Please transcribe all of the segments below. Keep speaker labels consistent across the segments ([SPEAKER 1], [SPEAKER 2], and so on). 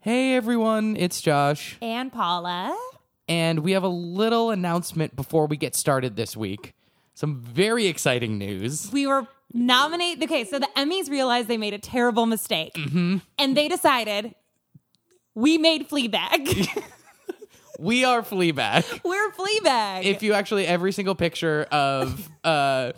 [SPEAKER 1] Hey everyone, it's Josh,
[SPEAKER 2] And Paula.
[SPEAKER 1] and we have a little announcement before we get started this week. Some very exciting news.
[SPEAKER 2] We were nominated. Okay, so the Emmys realized they made a terrible mistake.
[SPEAKER 1] Mm-hmm.
[SPEAKER 2] And they decided we made Fleabag.
[SPEAKER 1] We are Fleabag.
[SPEAKER 2] We're Fleabag.
[SPEAKER 1] If you actually every single picture of uh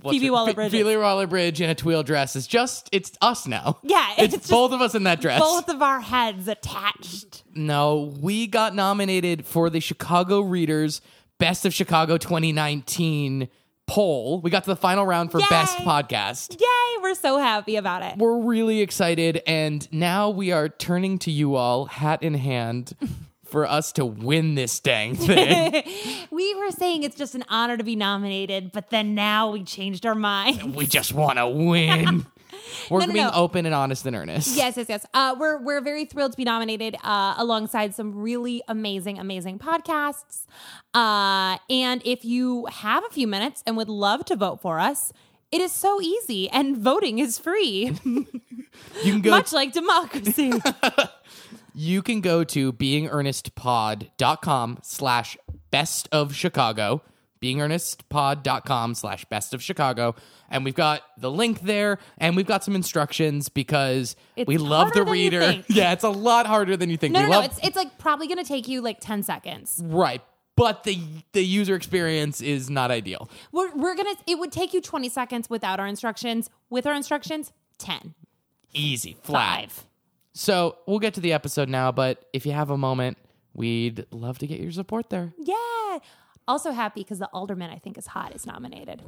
[SPEAKER 1] what's
[SPEAKER 2] Phoebe
[SPEAKER 1] her-
[SPEAKER 2] Waller-Bridge.
[SPEAKER 1] Phoebe Waller-Bridge in a tweed dress is just it's us now.
[SPEAKER 2] Yeah,
[SPEAKER 1] it's,
[SPEAKER 2] it's just
[SPEAKER 1] both of us in that dress.
[SPEAKER 2] Both of our heads attached.
[SPEAKER 1] No, we got nominated for the Chicago Readers Best of Chicago 2019 poll. We got to the final round for
[SPEAKER 2] Yay!
[SPEAKER 1] best podcast.
[SPEAKER 2] Yay, we're so happy about it.
[SPEAKER 1] we're really excited and now we are turning to you all hat in hand for us to win this dang thing
[SPEAKER 2] we were saying it's just an honor to be nominated, but then now we changed our mind.
[SPEAKER 1] we just want to win we're
[SPEAKER 2] No, no,
[SPEAKER 1] being
[SPEAKER 2] no.
[SPEAKER 1] open and honest and earnest
[SPEAKER 2] Yes, yes, yes. Uh, we're we're very thrilled to be nominated uh, alongside some really amazing, amazing podcasts. Uh, and if you have a few minutes and would love to vote for us, it is so easy, and voting is free,
[SPEAKER 1] you can go
[SPEAKER 2] much like democracy.
[SPEAKER 1] you can go to beingearnestpod.com slash best of chicago beingearnestpod.com slash best of chicago and we've got the link there and we've got some instructions because
[SPEAKER 2] It's
[SPEAKER 1] we love the
[SPEAKER 2] harder than you
[SPEAKER 1] reader
[SPEAKER 2] think.
[SPEAKER 1] yeah it's a lot harder than you think
[SPEAKER 2] No,
[SPEAKER 1] we
[SPEAKER 2] no, no.
[SPEAKER 1] love
[SPEAKER 2] It's it's like probably going to take you like ten seconds.
[SPEAKER 1] Right. But the the user experience is not ideal.
[SPEAKER 2] We're we're gonna. It would take you twenty seconds without our instructions. With our instructions, ten.
[SPEAKER 1] Easy, flat.
[SPEAKER 2] Five.
[SPEAKER 1] So we'll get to the episode now, but if you have a moment, we'd love to get your support there.
[SPEAKER 2] Yeah. Also happy because the alderman I think is hot is nominated.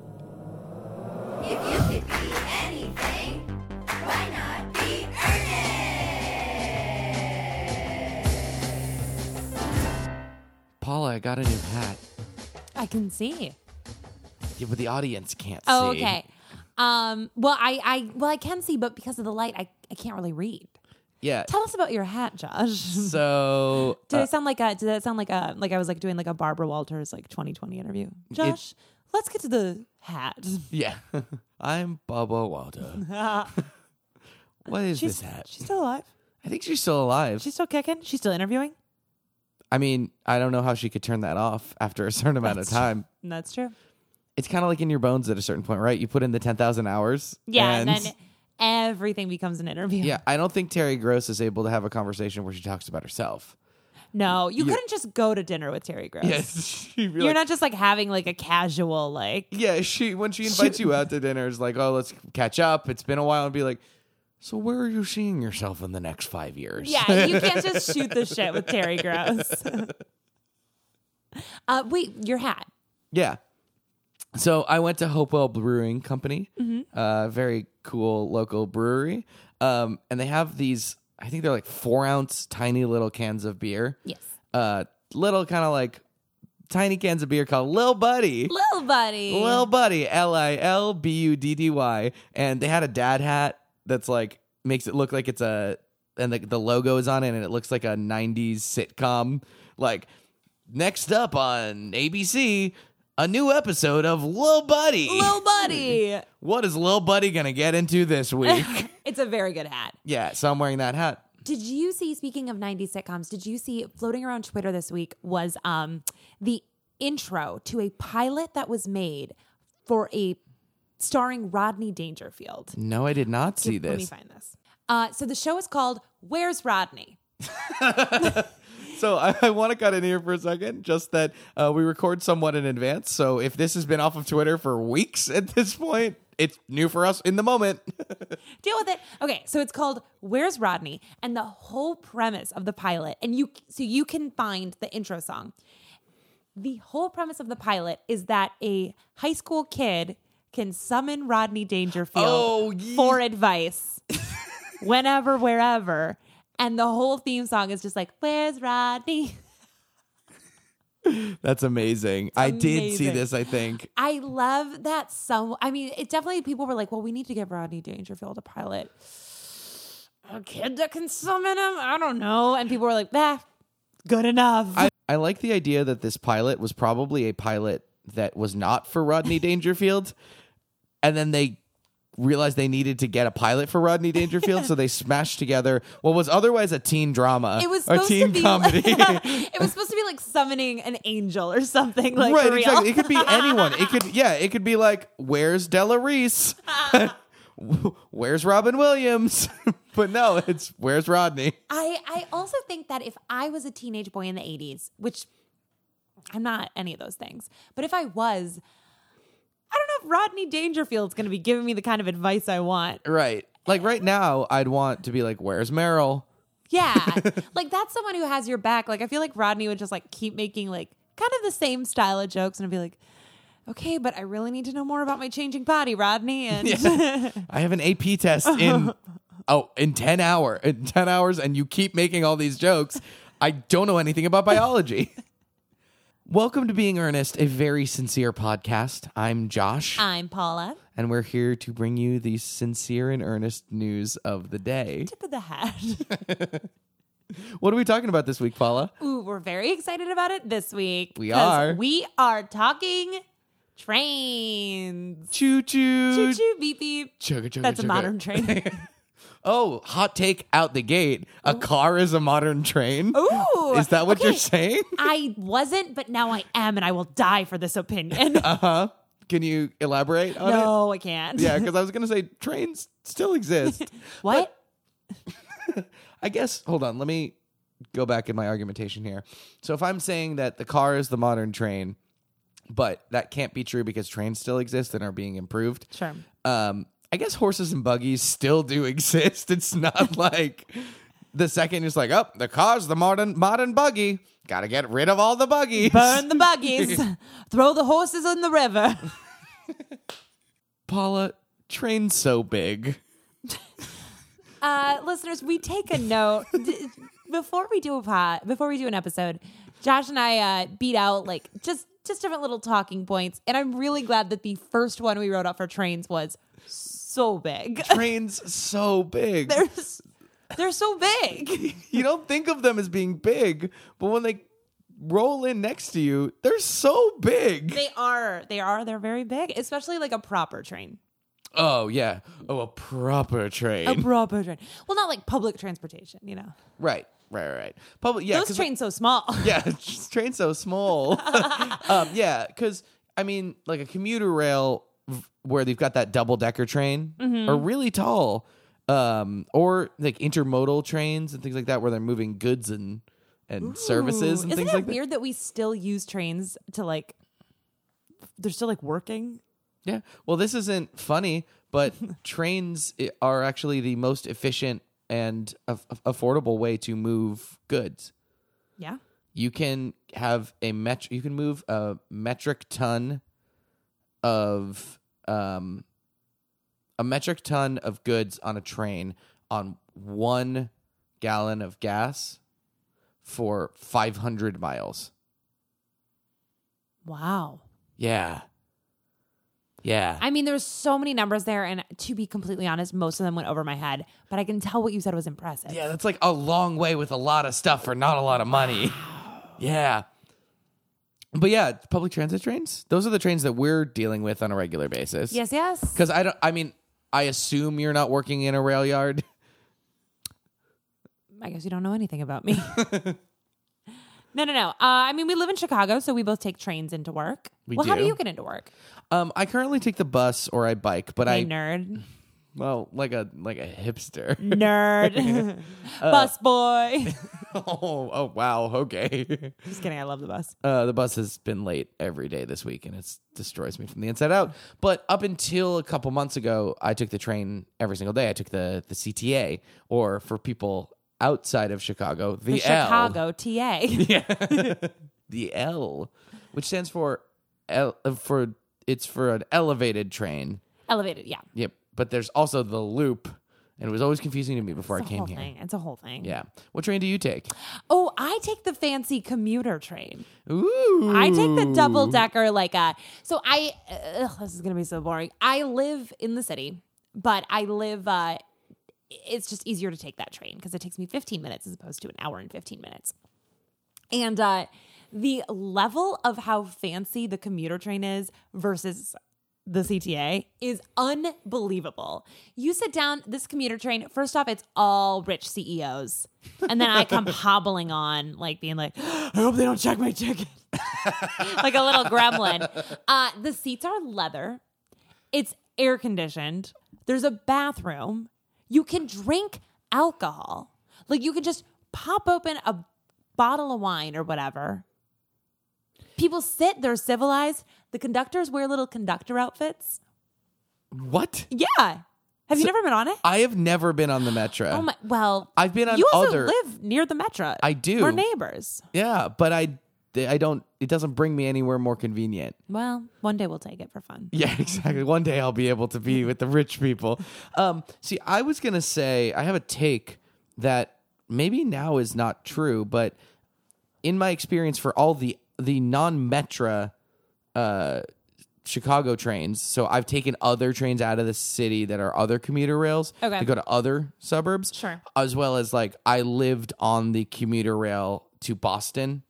[SPEAKER 3] If you could be anything, why not be Ernest?
[SPEAKER 1] Paula, I got a new hat.
[SPEAKER 2] I can see.
[SPEAKER 1] Yeah, but the audience can't
[SPEAKER 2] Oh,
[SPEAKER 1] see.
[SPEAKER 2] okay. Um, well, I, I, well, I can see, but because of the light, I, I can't really read.
[SPEAKER 1] Yeah.
[SPEAKER 2] Tell us about your hat, Josh.
[SPEAKER 1] So uh,
[SPEAKER 2] Did I sound like a? Did that sound like a? Like I was like doing like a Barbara Walters like 2020 interview. Josh, let's get to the hat.
[SPEAKER 1] yeah. I'm Bubba Walter. what is
[SPEAKER 2] She's
[SPEAKER 1] this hat?
[SPEAKER 2] she's still alive.
[SPEAKER 1] I think she's still alive.
[SPEAKER 2] She's still kicking. She's still interviewing.
[SPEAKER 1] I mean, I don't know how she could turn that off after a certain amount of time.
[SPEAKER 2] And that's true.
[SPEAKER 1] It's kind of like in your bones at a certain point, right? You put in the 10,000 hours.
[SPEAKER 2] Yeah, and, then everything becomes an interview.
[SPEAKER 1] Yeah, I don't think Terry Gross is able to have a conversation where she talks about herself.
[SPEAKER 2] No, you couldn't just go to dinner with Terry Gross.
[SPEAKER 1] she
[SPEAKER 2] You're not just like having like a casual like.
[SPEAKER 1] Yeah, she when she invites you out to dinner, it's like, oh, let's catch up. It's been a while, and be like, so where are you seeing yourself in the next five years?
[SPEAKER 2] Yeah, you can't just shoot the shit with Terry Gross. uh, wait, your hat.
[SPEAKER 1] yeah. So I went to Hopewell Brewing Company,
[SPEAKER 2] Mm-hmm.
[SPEAKER 1] uh, very cool local brewery, um, and they have these. I think they're like four ounce tiny little cans of beer.
[SPEAKER 2] Yes.
[SPEAKER 1] Uh, little kind of like tiny cans of beer called Lil Buddy.
[SPEAKER 2] Little buddy.
[SPEAKER 1] Lil Buddy, L I L B U D D Y, and they had a dad hat that's like makes it look like it's a and the, the logo is on it, and it looks like a '90s sitcom. Like next up on ABC, a new episode of Lil Buddy.
[SPEAKER 2] Little buddy.
[SPEAKER 1] what is Lil Buddy gonna get into this week?
[SPEAKER 2] it's a very good hat.
[SPEAKER 1] yeah, so I'm wearing that hat.
[SPEAKER 2] Did you see, speaking of 90s sitcoms, did you see floating around Twitter this week was um, the intro to a pilot that was made for a starring Rodney Dangerfield?
[SPEAKER 1] No, I did not see
[SPEAKER 2] Let me
[SPEAKER 1] this.
[SPEAKER 2] find this. Uh, so the show is called Where's Rodney?
[SPEAKER 1] So I, I want to cut in here for a second, just that uh, we record somewhat in advance. So if this has been off of Twitter for weeks at this point, it's new for us in the moment.
[SPEAKER 2] deal with it. Okay, so it's called Where's Rodney? And the whole premise of the pilot, and you so you can find the intro song. The whole premise of the pilot is that a high school kid can summon Rodney Dangerfield
[SPEAKER 1] Oh, ye-
[SPEAKER 2] for advice whenever, wherever. And the whole theme song is just like, Where's Rodney?
[SPEAKER 1] That's amazing. I did see
[SPEAKER 2] amazing.
[SPEAKER 1] this. I think
[SPEAKER 2] I love that so I mean, it definitely people were like, well, we need to give Rodney Dangerfield a pilot. A kid that can summon him? I don't know. And people were like, bah, good enough.
[SPEAKER 1] I, I like the idea that this pilot was probably a pilot that was not for Rodney Dangerfield, and then they realized they needed to get a pilot for Rodney Dangerfield, so they smashed together what was otherwise a teen drama,
[SPEAKER 2] It was
[SPEAKER 1] a
[SPEAKER 2] supposed
[SPEAKER 1] teen
[SPEAKER 2] to be
[SPEAKER 1] comedy.
[SPEAKER 2] it was supposed to be like summoning an angel or something like
[SPEAKER 1] right,
[SPEAKER 2] for real.
[SPEAKER 1] exactly. It could be anyone. It could, yeah, it could be like, where's Della Reese? where's Robin Williams? but no, it's where's Rodney?
[SPEAKER 2] I I also think that if I was a teenage boy in the 80s, which I'm not any of those things, but if I was, I don't know if Rodney Dangerfield's going to be giving me the kind of advice I want.
[SPEAKER 1] Right. Like right now, I'd want to be like, where's Meryl?
[SPEAKER 2] Yeah. like that's someone who has your back. Like I feel like Rodney would just like keep making like kind of the same style of jokes and I'd be like, "Okay, but I really need to know more about my changing body, Rodney." And
[SPEAKER 1] I have an AP test in oh in ten hour in ten hours, and you keep making all these jokes. I don't know anything about biology. Welcome to Being Earnest, a very sincere podcast. I'm Josh,
[SPEAKER 2] I'm Paula.
[SPEAKER 1] and we're here to bring you the sincere and earnest news of the day.
[SPEAKER 2] Tip of the hat.
[SPEAKER 1] What are we talking about this week, Paula?
[SPEAKER 2] Ooh, we're very excited about it this week.
[SPEAKER 1] We
[SPEAKER 2] 'cause
[SPEAKER 1] are.
[SPEAKER 2] We are talking trains.
[SPEAKER 1] Choo choo,
[SPEAKER 2] Choo choo beep beep.
[SPEAKER 1] chugga chugga.
[SPEAKER 2] That's a
[SPEAKER 1] chugga.
[SPEAKER 2] modern train.
[SPEAKER 1] Oh, hot take out the gate. A car is a modern train.
[SPEAKER 2] Ooh.
[SPEAKER 1] Is that what
[SPEAKER 2] okay.
[SPEAKER 1] you're saying?
[SPEAKER 2] I wasn't, but now I am, and I will die for this opinion.
[SPEAKER 1] Uh-huh. Can you elaborate on it?
[SPEAKER 2] no, I can't.
[SPEAKER 1] Yeah, because I was gonna say trains still exist.
[SPEAKER 2] What?
[SPEAKER 1] I guess. Hold on. Let me go back in my argumentation here. So if I'm saying that the car is the modern train, but that can't be true because trains still exist and are being improved.
[SPEAKER 2] Sure.
[SPEAKER 1] Um, I guess horses and buggies still do exist. It's not like the second is like, oh, the car's the modern modern buggy. Got to get rid of all the buggies.
[SPEAKER 2] Burn the buggies. Throw the horses in the river.
[SPEAKER 1] Paula, train's so big.
[SPEAKER 2] Uh, listeners, we take a note D- before we do a pot, before we do an episode. Josh and I uh, beat out like just just different little talking points, and I'm really glad that the first one we wrote out for trains was so big.
[SPEAKER 1] Train's so big.
[SPEAKER 2] They're s- they're so big.
[SPEAKER 1] you don't think of them as being big, but when they roll in next to you, they're so big.
[SPEAKER 2] They are. They are. They're very big, especially like a proper train.
[SPEAKER 1] Oh yeah. Oh, a proper train.
[SPEAKER 2] A proper train. Well, not like public transportation. You know,
[SPEAKER 1] right. Right. Right. right. Public. Yeah.
[SPEAKER 2] those
[SPEAKER 1] 'cause,
[SPEAKER 2] trains so small.
[SPEAKER 1] yeah. just train's so small. um, yeah. Because I mean, like a commuter rail v- where they've got that double decker train
[SPEAKER 2] Mm-hmm.
[SPEAKER 1] are really tall. Um, or like intermodal trains and things like that where they're moving goods and and services and
[SPEAKER 2] Isn't
[SPEAKER 1] things
[SPEAKER 2] it
[SPEAKER 1] like that.
[SPEAKER 2] weird that we still use trains to like? They're still like working.
[SPEAKER 1] Yeah. Well, this isn't funny, but trains i- are actually the most efficient and af- af- affordable way to move goods.
[SPEAKER 2] Yeah.
[SPEAKER 1] You can have a met- you can move a metric ton of um a metric ton of goods on a train on 1 gallon of gas for 500 miles.
[SPEAKER 2] Wow.
[SPEAKER 1] Yeah. Yeah.
[SPEAKER 2] I mean, there's so many numbers there, and to be completely honest, most of them went over my head. But I can tell what you said was impressive.
[SPEAKER 1] Yeah, that's like a long way with a lot of stuff for not a lot of money. Yeah. But yeah, public transit trains, those are the trains that we're dealing with on a regular basis.
[SPEAKER 2] Yes. Yes.
[SPEAKER 1] Cuz I don't I mean, I assume you're not working in a rail yard.
[SPEAKER 2] I guess you don't know anything about me. no, no, no. Uh, I mean, we live in Chicago, so we both take trains into work.
[SPEAKER 1] We
[SPEAKER 2] well, how
[SPEAKER 1] do.
[SPEAKER 2] do you get into work?
[SPEAKER 1] Um I currently take the bus or I bike, but
[SPEAKER 2] Hey,
[SPEAKER 1] I
[SPEAKER 2] nerd, Mm.
[SPEAKER 1] well, like a like a hipster.
[SPEAKER 2] nerd,
[SPEAKER 1] Uh,
[SPEAKER 2] bus boy.
[SPEAKER 1] oh, oh wow, okay.
[SPEAKER 2] Just kidding. I love the bus.
[SPEAKER 1] Uh, the bus has been late every day this week, and it destroys me from the inside out. But up until a couple months ago, I took the train every single day. I took the the CTA, or for people outside of Chicago, the, L.
[SPEAKER 2] Chicago TA.
[SPEAKER 1] Yeah. the L, which stands for L, uh, for it's for an elevated train.
[SPEAKER 2] Elevated. Yeah.
[SPEAKER 1] Yep. But there's also the loop, and it was always confusing to me before I
[SPEAKER 2] It's a
[SPEAKER 1] came
[SPEAKER 2] whole
[SPEAKER 1] here.
[SPEAKER 2] thing. It's a whole thing.
[SPEAKER 1] Yeah. What train do you take?
[SPEAKER 2] Oh, I take the fancy commuter train.
[SPEAKER 1] Ooh.
[SPEAKER 2] I take the double decker like a so I uh, ugh, this is gonna be so boring. I live in the city, but I live uh it's just easier to take that train because it takes me 15 minutes as opposed to an hour and 15 minutes. And uh the level of how fancy the commuter train is versus the CTA is unbelievable. You sit down this commuter train. First off, it's all rich CEOs, and then I come hobbling on, like being like, "I hope they don't check my ticket," like a little gremlin. Uh, the seats are leather. It's air conditioned. There's a bathroom. You can drink alcohol. Like you can just pop open a bottle of wine or whatever. People sit, they're civilized. The conductors wear little conductor outfits.
[SPEAKER 1] What?
[SPEAKER 2] Yeah. Have you never been on it?
[SPEAKER 1] I have never been on the Metro.
[SPEAKER 2] oh my well
[SPEAKER 1] I've been on
[SPEAKER 2] You also
[SPEAKER 1] other-
[SPEAKER 2] live near the metro.
[SPEAKER 1] I do.
[SPEAKER 2] We're neighbors.
[SPEAKER 1] Yeah, but I I don't it doesn't bring me anywhere more convenient.
[SPEAKER 2] Well, one day we'll take it for fun.
[SPEAKER 1] Yeah, exactly. One day I'll be able to be with the rich people. Um, see, I was gonna say I have a take that maybe now is not true, but in my experience for all the the non metra uh, Chicago trains, so I've taken other trains out of the city that are other commuter rails
[SPEAKER 2] Okay.
[SPEAKER 1] to go to other suburbs,
[SPEAKER 2] Sure.
[SPEAKER 1] as well as like I lived on the commuter rail to Boston,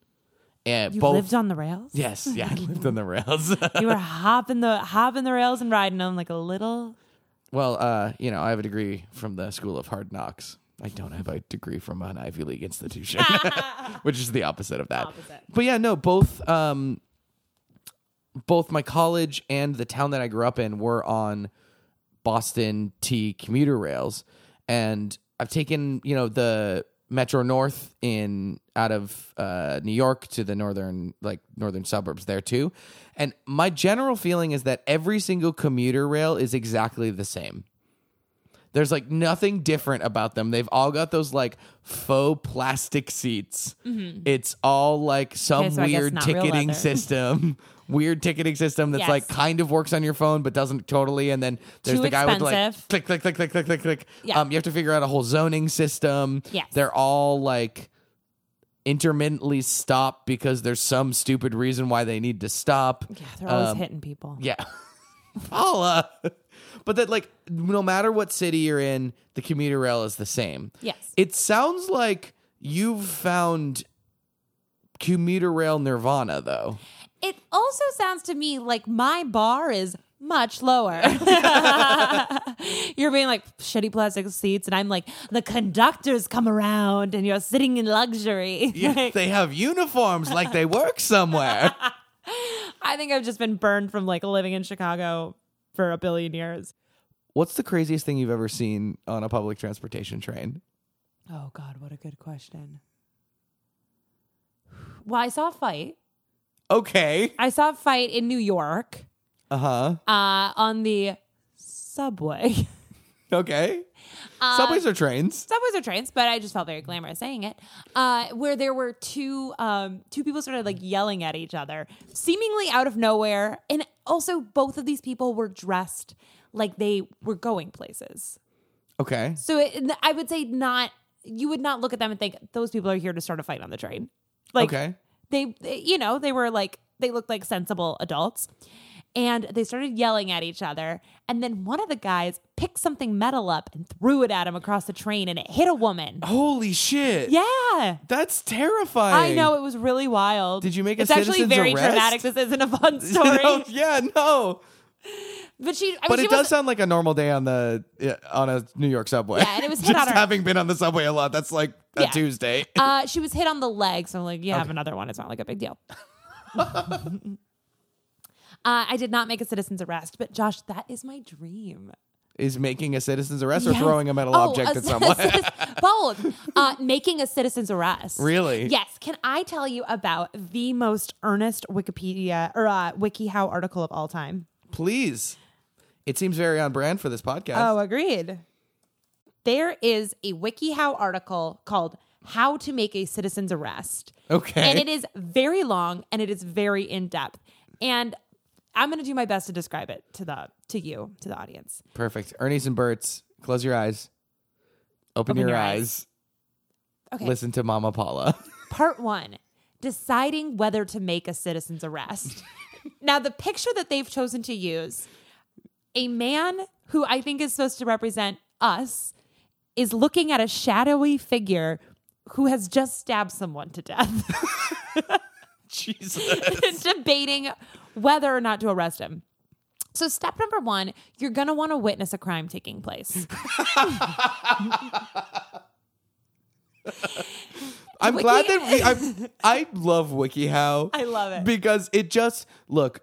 [SPEAKER 1] and
[SPEAKER 2] You
[SPEAKER 1] both.
[SPEAKER 2] lived on the rails?
[SPEAKER 1] Yes, yeah, I lived on the rails.
[SPEAKER 2] You were hopping the hopping the rails and riding them like a little
[SPEAKER 1] Well, uh, you know, I have a degree from the School of Hard Knocks. I don't have a degree from an Ivy League institution, which is the opposite of that.
[SPEAKER 2] Opposite.
[SPEAKER 1] But yeah, no, both um, both my college and the town that I grew up in were on Boston T commuter rails, and I've taken you know the Metro North in out of uh, New York to the northern like northern suburbs there too, and my general feeling is that every single commuter rail is exactly the same. There's like nothing different about them. They've all got those like faux plastic seats. It's all like some
[SPEAKER 2] Mm-hmm. Okay, so I guess
[SPEAKER 1] weird
[SPEAKER 2] not real
[SPEAKER 1] ticketing
[SPEAKER 2] leather.
[SPEAKER 1] system, weird ticketing system that's
[SPEAKER 2] Yes.
[SPEAKER 1] like kind of works on your phone but doesn't totally. And then there's
[SPEAKER 2] Too
[SPEAKER 1] the guy
[SPEAKER 2] expensive.
[SPEAKER 1] with like click click click click click click click.
[SPEAKER 2] Yeah.
[SPEAKER 1] Um, you have to figure out a whole zoning system.
[SPEAKER 2] Yes.
[SPEAKER 1] They're all like intermittently stop because there's some stupid reason why they need to stop.
[SPEAKER 2] Yeah, they're always hitting people.
[SPEAKER 1] Um, Yeah. Paula. But that like no matter what city you're in, the commuter rail is the same.
[SPEAKER 2] Yes.
[SPEAKER 1] It sounds like you've found commuter rail nirvana though.
[SPEAKER 2] It also sounds to me like my bar is much lower. you're being like shitty plastic seats, and I'm like, the conductors come around and you're sitting in luxury.
[SPEAKER 1] Yeah,
[SPEAKER 2] Like,
[SPEAKER 1] they have uniforms like they work somewhere.
[SPEAKER 2] I think I've just been burned from like living in Chicago for a billion years.
[SPEAKER 1] What's the craziest thing you've ever seen on a public transportation train?
[SPEAKER 2] Oh, God, what a good question. Well, I saw a fight.
[SPEAKER 1] Okay.
[SPEAKER 2] I saw a fight in New York
[SPEAKER 1] Uh-huh.
[SPEAKER 2] uh, on the subway.
[SPEAKER 1] Okay.
[SPEAKER 2] Um,
[SPEAKER 1] Subways or trains?
[SPEAKER 2] subways or trains, but I just felt very glamorous saying it. Uh, where there were two um, two people started like yelling at each other, seemingly out of nowhere, and also both of these people were dressed like they were going places.
[SPEAKER 1] Okay.
[SPEAKER 2] So it, and I would say not you would not look at them and think those people are here to start a fight on the train. Like
[SPEAKER 1] Okay.
[SPEAKER 2] they, they- you know, they were like they looked like sensible adults. And they started yelling at each other. And then one of the guys picked something metal up and threw it at him across the train and it hit a woman.
[SPEAKER 1] Holy shit.
[SPEAKER 2] Yeah.
[SPEAKER 1] That's terrifying.
[SPEAKER 2] I know it was really wild.
[SPEAKER 1] Did you make a
[SPEAKER 2] It's actually
[SPEAKER 1] citizen's
[SPEAKER 2] very
[SPEAKER 1] arrest?
[SPEAKER 2] dramatic. This isn't a fun story.
[SPEAKER 1] No, yeah, no.
[SPEAKER 2] But she, I mean,
[SPEAKER 1] but
[SPEAKER 2] she
[SPEAKER 1] it does
[SPEAKER 2] was,
[SPEAKER 1] sound like a normal day on the yeah, on a New York subway.
[SPEAKER 2] Yeah, and it was hit
[SPEAKER 1] just
[SPEAKER 2] on her-
[SPEAKER 1] having been on the subway a lot. That's like a
[SPEAKER 2] Yeah.
[SPEAKER 1] Tuesday.
[SPEAKER 2] uh, she was hit on the leg. So I'm like, yeah, have another one. It's not like a big deal. Uh, I did not make a citizen's arrest, but Josh, that is my dream.
[SPEAKER 1] Is making a citizen's arrest
[SPEAKER 2] Yes.
[SPEAKER 1] or throwing a metal
[SPEAKER 2] Oh,
[SPEAKER 1] object
[SPEAKER 2] a
[SPEAKER 1] at someone?
[SPEAKER 2] citizen's- both. Uh, making a citizen's arrest.
[SPEAKER 1] Really?
[SPEAKER 2] Yes. Can I tell you about the most earnest Wikipedia or uh, WikiHow article of all time?
[SPEAKER 1] Please. It seems very on brand for this podcast.
[SPEAKER 2] Oh, agreed. There is a WikiHow article called How to Make a Citizen's Arrest.
[SPEAKER 1] Okay.
[SPEAKER 2] And it is very long and it is very in depth. And I'm going to do my best to describe it to the to you, to the audience.
[SPEAKER 1] Perfect. Ernie's and Bert's. Close your eyes. Open, your,
[SPEAKER 2] your
[SPEAKER 1] eyes.
[SPEAKER 2] Okay.
[SPEAKER 1] Listen to Mama Paula.
[SPEAKER 2] Part 1, deciding whether to make a citizen's arrest. now the picture that they've chosen to use, a man who I think is supposed to represent us is looking at a shadowy figure who has just stabbed someone to death.
[SPEAKER 1] Jesus.
[SPEAKER 2] debating whether or not to arrest him. So, step number one, you're going to want to witness a crime taking place.
[SPEAKER 1] I'm
[SPEAKER 2] Wiki-
[SPEAKER 1] glad that we, I'm, I love WikiHow.
[SPEAKER 2] I love it.
[SPEAKER 1] because it just look.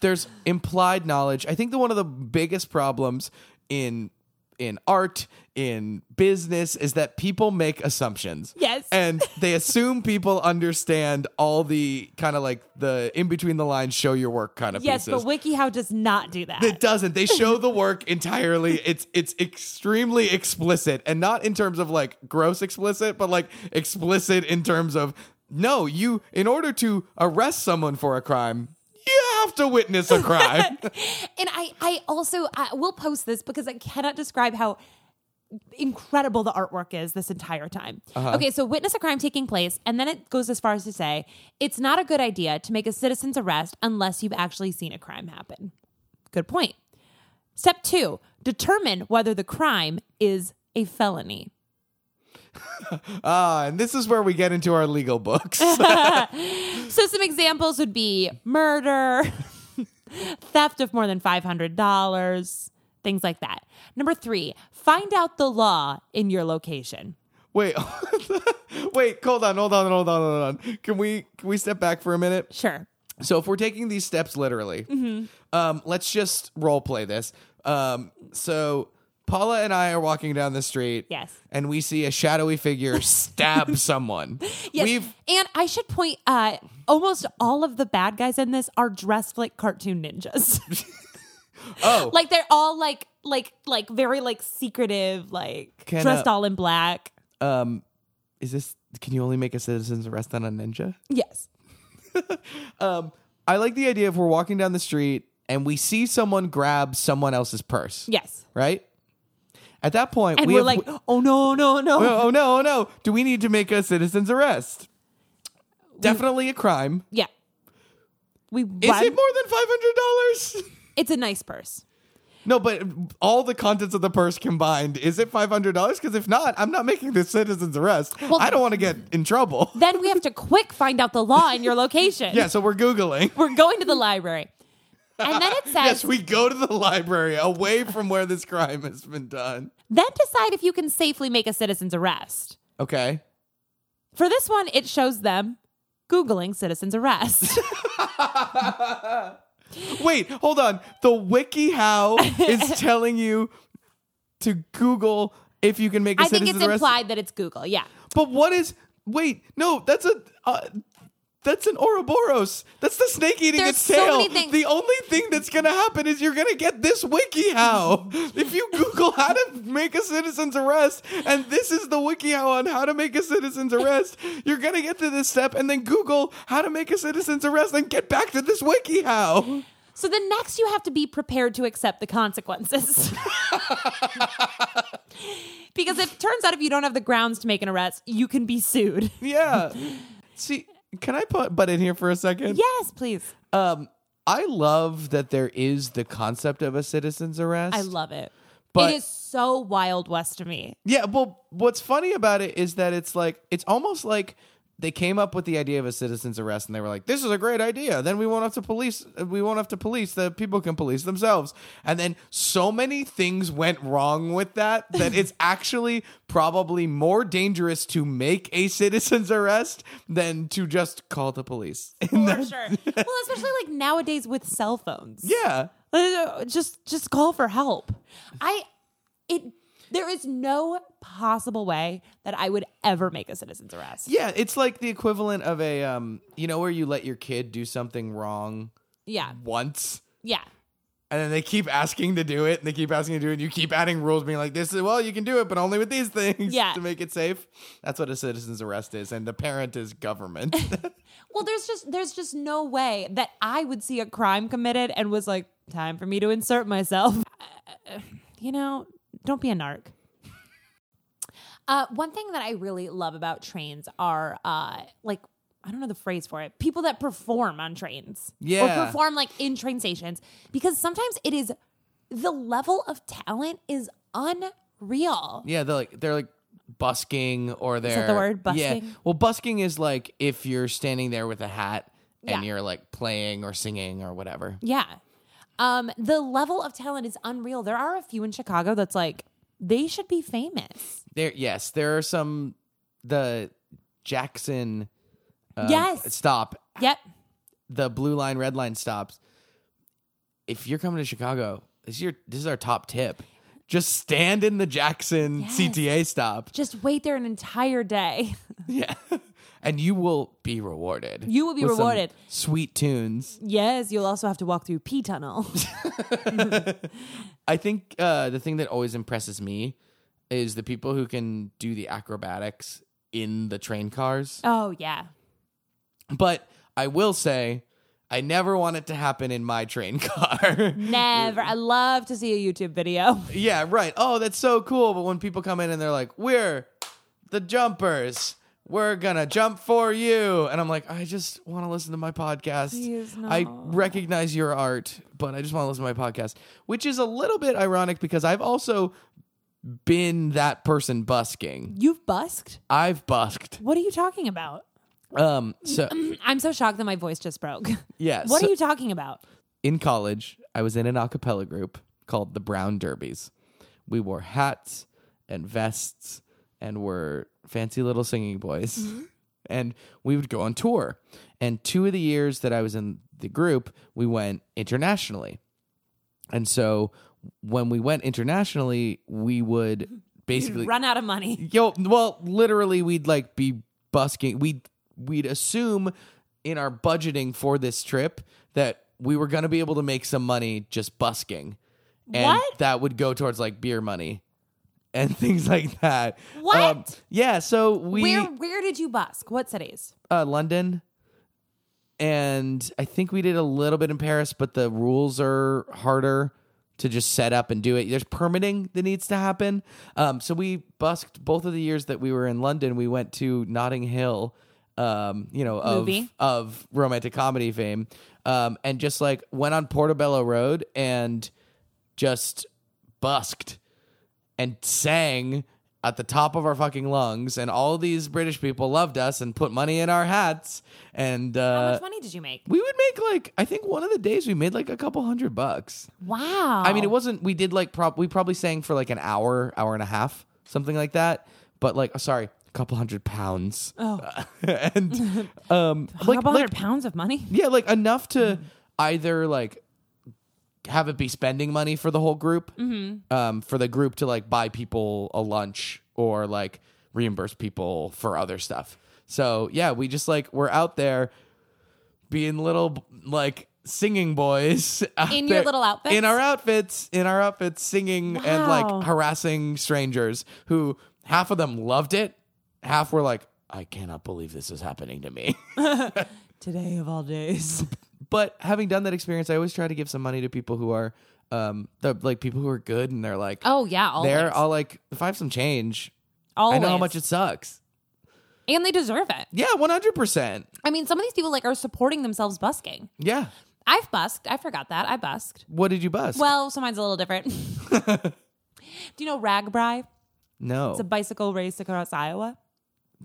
[SPEAKER 1] There's implied knowledge. I think that one of the biggest problems in in art in business is that people make assumptions.
[SPEAKER 2] Yes.
[SPEAKER 1] and they assume people understand all the kind of like the in between the lines, show your work kind of
[SPEAKER 2] yes,
[SPEAKER 1] pieces.
[SPEAKER 2] but WikiHow does not do that.
[SPEAKER 1] It doesn't. They show the work entirely. It's it's extremely explicit, and not in terms of like gross explicit, but like explicit in terms of no. You in order to arrest someone for a crime, you have to witness a crime.
[SPEAKER 2] and I, I also I will post this because I cannot describe how incredible the artwork is this entire time. Okay, so witness a crime taking place, and then it goes as far as to say it's not a good idea to make a citizen's arrest unless you've actually seen a crime happen. Good point. Step two: determine whether the crime is a felony.
[SPEAKER 1] Ah, and this is where we get into our legal books.
[SPEAKER 2] So some examples would be murder, theft of more than $500, things like that. Number 3, find out the law in your location.
[SPEAKER 1] wait, wait, hold on, hold on, hold on, hold on. Can we can we step back for a minute?
[SPEAKER 2] Sure.
[SPEAKER 1] So if we're taking these steps literally,
[SPEAKER 2] Mm-hmm.
[SPEAKER 1] um, let's just role play this. Um, so Paula and I are walking down the street.
[SPEAKER 2] Yes.
[SPEAKER 1] And we see a shadowy figure stab someone.
[SPEAKER 2] Yes.
[SPEAKER 1] We've
[SPEAKER 2] and I should point uh almost all of the bad guys in this are dressed like cartoon ninjas.
[SPEAKER 1] oh
[SPEAKER 2] like they're all like like like very like secretive like
[SPEAKER 1] Can,
[SPEAKER 2] dressed
[SPEAKER 1] uh,
[SPEAKER 2] all in black.
[SPEAKER 1] um is this can you only make a citizen's arrest on a ninja?
[SPEAKER 2] Yes.
[SPEAKER 1] I like the idea if we're walking down the street and we see someone grab someone else's purse.
[SPEAKER 2] Yes.
[SPEAKER 1] Right? At that point
[SPEAKER 2] And
[SPEAKER 1] we
[SPEAKER 2] we are
[SPEAKER 1] have-
[SPEAKER 2] like, "Oh no, no, no."
[SPEAKER 1] oh oh, no, oh no. Do we need to make a citizen's arrest? Definitely a crime.
[SPEAKER 2] Yeah. We
[SPEAKER 1] Is
[SPEAKER 2] run-
[SPEAKER 1] it more than five hundred dollars?
[SPEAKER 2] It's a nice purse.
[SPEAKER 1] No, but all the contents of the purse combined, is it five hundred dollars? Because if not, I'm not making this citizen's arrest.
[SPEAKER 2] Well-
[SPEAKER 1] I don't want to get in trouble.
[SPEAKER 2] Then we have to quick find out the law in your location.
[SPEAKER 1] yeah, so we're googling.
[SPEAKER 2] We're going to the library. And then it says,
[SPEAKER 1] Yes, we go to the library away from where this crime has been done.
[SPEAKER 2] then decide if you can safely make a citizen's arrest.
[SPEAKER 1] Okay.
[SPEAKER 2] For this one, it shows them Googling citizen's arrest.
[SPEAKER 1] Wait, hold on. The WikiHow is telling you to Google if you can make a
[SPEAKER 2] I think
[SPEAKER 1] citizen's
[SPEAKER 2] it's
[SPEAKER 1] arrest.
[SPEAKER 2] implied that it's Google. Yeah.
[SPEAKER 1] But what is? Wait, no, that's a. Uh, that's an Ouroboros. That's the snake eating
[SPEAKER 2] There's
[SPEAKER 1] its
[SPEAKER 2] so
[SPEAKER 1] tail.
[SPEAKER 2] many things-
[SPEAKER 1] The only thing that's going to happen is you're going to get this WikiHow. if you Google how to make a citizen's arrest, and this is the WikiHow on how to make a citizen's arrest, you're going to get to this step and then Google how to make a citizen's arrest and get back to this WikiHow.
[SPEAKER 2] So then next, you have to be prepared to accept the consequences. because if it turns out if you don't have the grounds to make an arrest, you can be sued.
[SPEAKER 1] Yeah. See, can I put butt in here for a second?
[SPEAKER 2] Yes, please.
[SPEAKER 1] Um, I love that there is the concept of a citizen's arrest.
[SPEAKER 2] I love it.
[SPEAKER 1] But-
[SPEAKER 2] it is so Wild West to me.
[SPEAKER 1] Yeah, well, what's funny about it is that it's like it's almost like they came up with the idea of a citizen's arrest, and they were like, "This is a great idea. Then we won't have to police. We won't have to police. The people can police themselves." And then so many things went wrong with that that it's actually probably more dangerous to make a citizen's arrest than to just call the police.
[SPEAKER 2] For sure. well, especially like nowadays with cell phones.
[SPEAKER 1] yeah,
[SPEAKER 2] Uh, Just just call for help. I it there is no possible way that I would ever make a citizen's arrest.
[SPEAKER 1] yeah. It's like the equivalent of a um, you know, where you let your kid do something wrong
[SPEAKER 2] Yeah.
[SPEAKER 1] once.
[SPEAKER 2] Yeah.
[SPEAKER 1] And then they keep asking to do it, and they keep asking to do it, and you keep adding rules, being like, "This is well, you can do it, but only with these things
[SPEAKER 2] Yeah.
[SPEAKER 1] to make it safe." That's what a citizen's arrest is, and the parent is government.
[SPEAKER 2] Well, there's just there's just no way that I would see a crime committed and was like time for me to insert myself. you know, don't be a narc. Uh, one thing that I really love about trains are uh, like I don't know the phrase for it. People that perform on trains,
[SPEAKER 1] Yeah.
[SPEAKER 2] or perform like in train stations, because sometimes it is the level of talent is unreal.
[SPEAKER 1] yeah, they're like they're like busking, or they're
[SPEAKER 2] the word,
[SPEAKER 1] Yeah,
[SPEAKER 2] busking?
[SPEAKER 1] well, busking is like if you're standing there with a hat and
[SPEAKER 2] Yeah.
[SPEAKER 1] you're like playing or singing or whatever.
[SPEAKER 2] Yeah. Um, the level of talent is unreal. There are a few in Chicago that's like they should be famous.
[SPEAKER 1] There, yes, there are some the Jackson um,
[SPEAKER 2] Yes.
[SPEAKER 1] stop,
[SPEAKER 2] Yep.
[SPEAKER 1] the blue line, red line stops. If you're coming to Chicago, this is your this is our top tip. Just stand in the Jackson
[SPEAKER 2] Yes.
[SPEAKER 1] CTA stop.
[SPEAKER 2] Just wait there an entire day.
[SPEAKER 1] Yeah. And you will be rewarded.
[SPEAKER 2] You will be
[SPEAKER 1] with some
[SPEAKER 2] rewarded.
[SPEAKER 1] Sweet tunes.
[SPEAKER 2] yes, you'll also have to walk through P tunnel.
[SPEAKER 1] I think uh, the thing that always impresses me is the people who can do the acrobatics in the train cars.
[SPEAKER 2] oh yeah.
[SPEAKER 1] But I will say, I never want it to happen in my train car.
[SPEAKER 2] Never. I love to see a YouTube video.
[SPEAKER 1] yeah, right. Oh, that's so cool. But when people come in and they're like, we're the jumpers. We're gonna jump for you. And I'm like, I just want to listen to my podcast.
[SPEAKER 2] Please, no.
[SPEAKER 1] I recognize your art, but I just want to listen to my podcast, which is a little bit ironic because I've also been that person busking.
[SPEAKER 2] You've busked?
[SPEAKER 1] I've busked.
[SPEAKER 2] What are you talking about?
[SPEAKER 1] Um, so
[SPEAKER 2] I'm so shocked that my voice just broke.
[SPEAKER 1] yeah.
[SPEAKER 2] what
[SPEAKER 1] so-
[SPEAKER 2] are you talking about?
[SPEAKER 1] in college, I was in an a cappella group called the Brown Derbies. We wore hats and vests and were fancy little singing boys. And we would go on tour. And two of the years that I was in the group, we went internationally. And so when we went internationally, we would basically
[SPEAKER 2] Run out of money.
[SPEAKER 1] Yo, well, literally, we'd like be busking. We'd we'd assume in our budgeting for this trip that we were going to be able to make some money just busking, and
[SPEAKER 2] What?
[SPEAKER 1] that would go towards like beer money and things like that. Um,
[SPEAKER 2] What?
[SPEAKER 1] yeah. So we
[SPEAKER 2] where where did you busk? What cities?
[SPEAKER 1] uh, London. And I think we did a little bit in Paris, but the rules are harder to just set up and do it. There's permitting that needs to happen. Um, so we busked both of the years that we were in London. We went to Notting Hill, um, you know, of
[SPEAKER 2] Movie.
[SPEAKER 1] of romantic comedy fame, um, and just like went on Portobello Road and just busked and sang at the top of our fucking lungs, and all these British people loved us and put money in our hats, and
[SPEAKER 2] How
[SPEAKER 1] uh,
[SPEAKER 2] much money did you make?
[SPEAKER 1] we would make like I think one of the days we made like a couple hundred bucks.
[SPEAKER 2] Wow.
[SPEAKER 1] I mean, it wasn't. We did like prop. We probably sang for like an hour, hour and a half, something like that. But like, oh, sorry, a couple hundred pounds. Oh, and um,
[SPEAKER 2] like,
[SPEAKER 1] like,
[SPEAKER 2] about
[SPEAKER 1] like
[SPEAKER 2] 100 pounds of money.
[SPEAKER 1] yeah, like enough to
[SPEAKER 2] Mm-hmm.
[SPEAKER 1] either like have it be spending money for the whole group,
[SPEAKER 2] Mm-hmm.
[SPEAKER 1] um, for the group to like buy people a lunch or like reimburse people for other stuff. So yeah, we just like we're out there being little like singing boys out
[SPEAKER 2] In your
[SPEAKER 1] there-
[SPEAKER 2] little outfits?
[SPEAKER 1] in our outfits in our outfits singing and
[SPEAKER 2] Wow.
[SPEAKER 1] like harassing strangers who half of them loved it half were like i cannot believe this is happening to me
[SPEAKER 2] Today of all days.
[SPEAKER 1] but having done that experience, I always try to give some money to people who are, um, the like people who are good, and they're like,
[SPEAKER 2] Oh yeah, always.
[SPEAKER 1] they're all like, if I have some change,
[SPEAKER 2] always.
[SPEAKER 1] I know how much it sucks.
[SPEAKER 2] and they deserve it.
[SPEAKER 1] Yeah, one hundred percent.
[SPEAKER 2] I mean, some of these people like are supporting themselves busking.
[SPEAKER 1] Yeah.
[SPEAKER 2] I've busked. I forgot that. I busked.
[SPEAKER 1] What did you bust?
[SPEAKER 2] Well, so mine's a little different. Do you know Ragbri?
[SPEAKER 1] no,
[SPEAKER 2] It's a bicycle race across Iowa.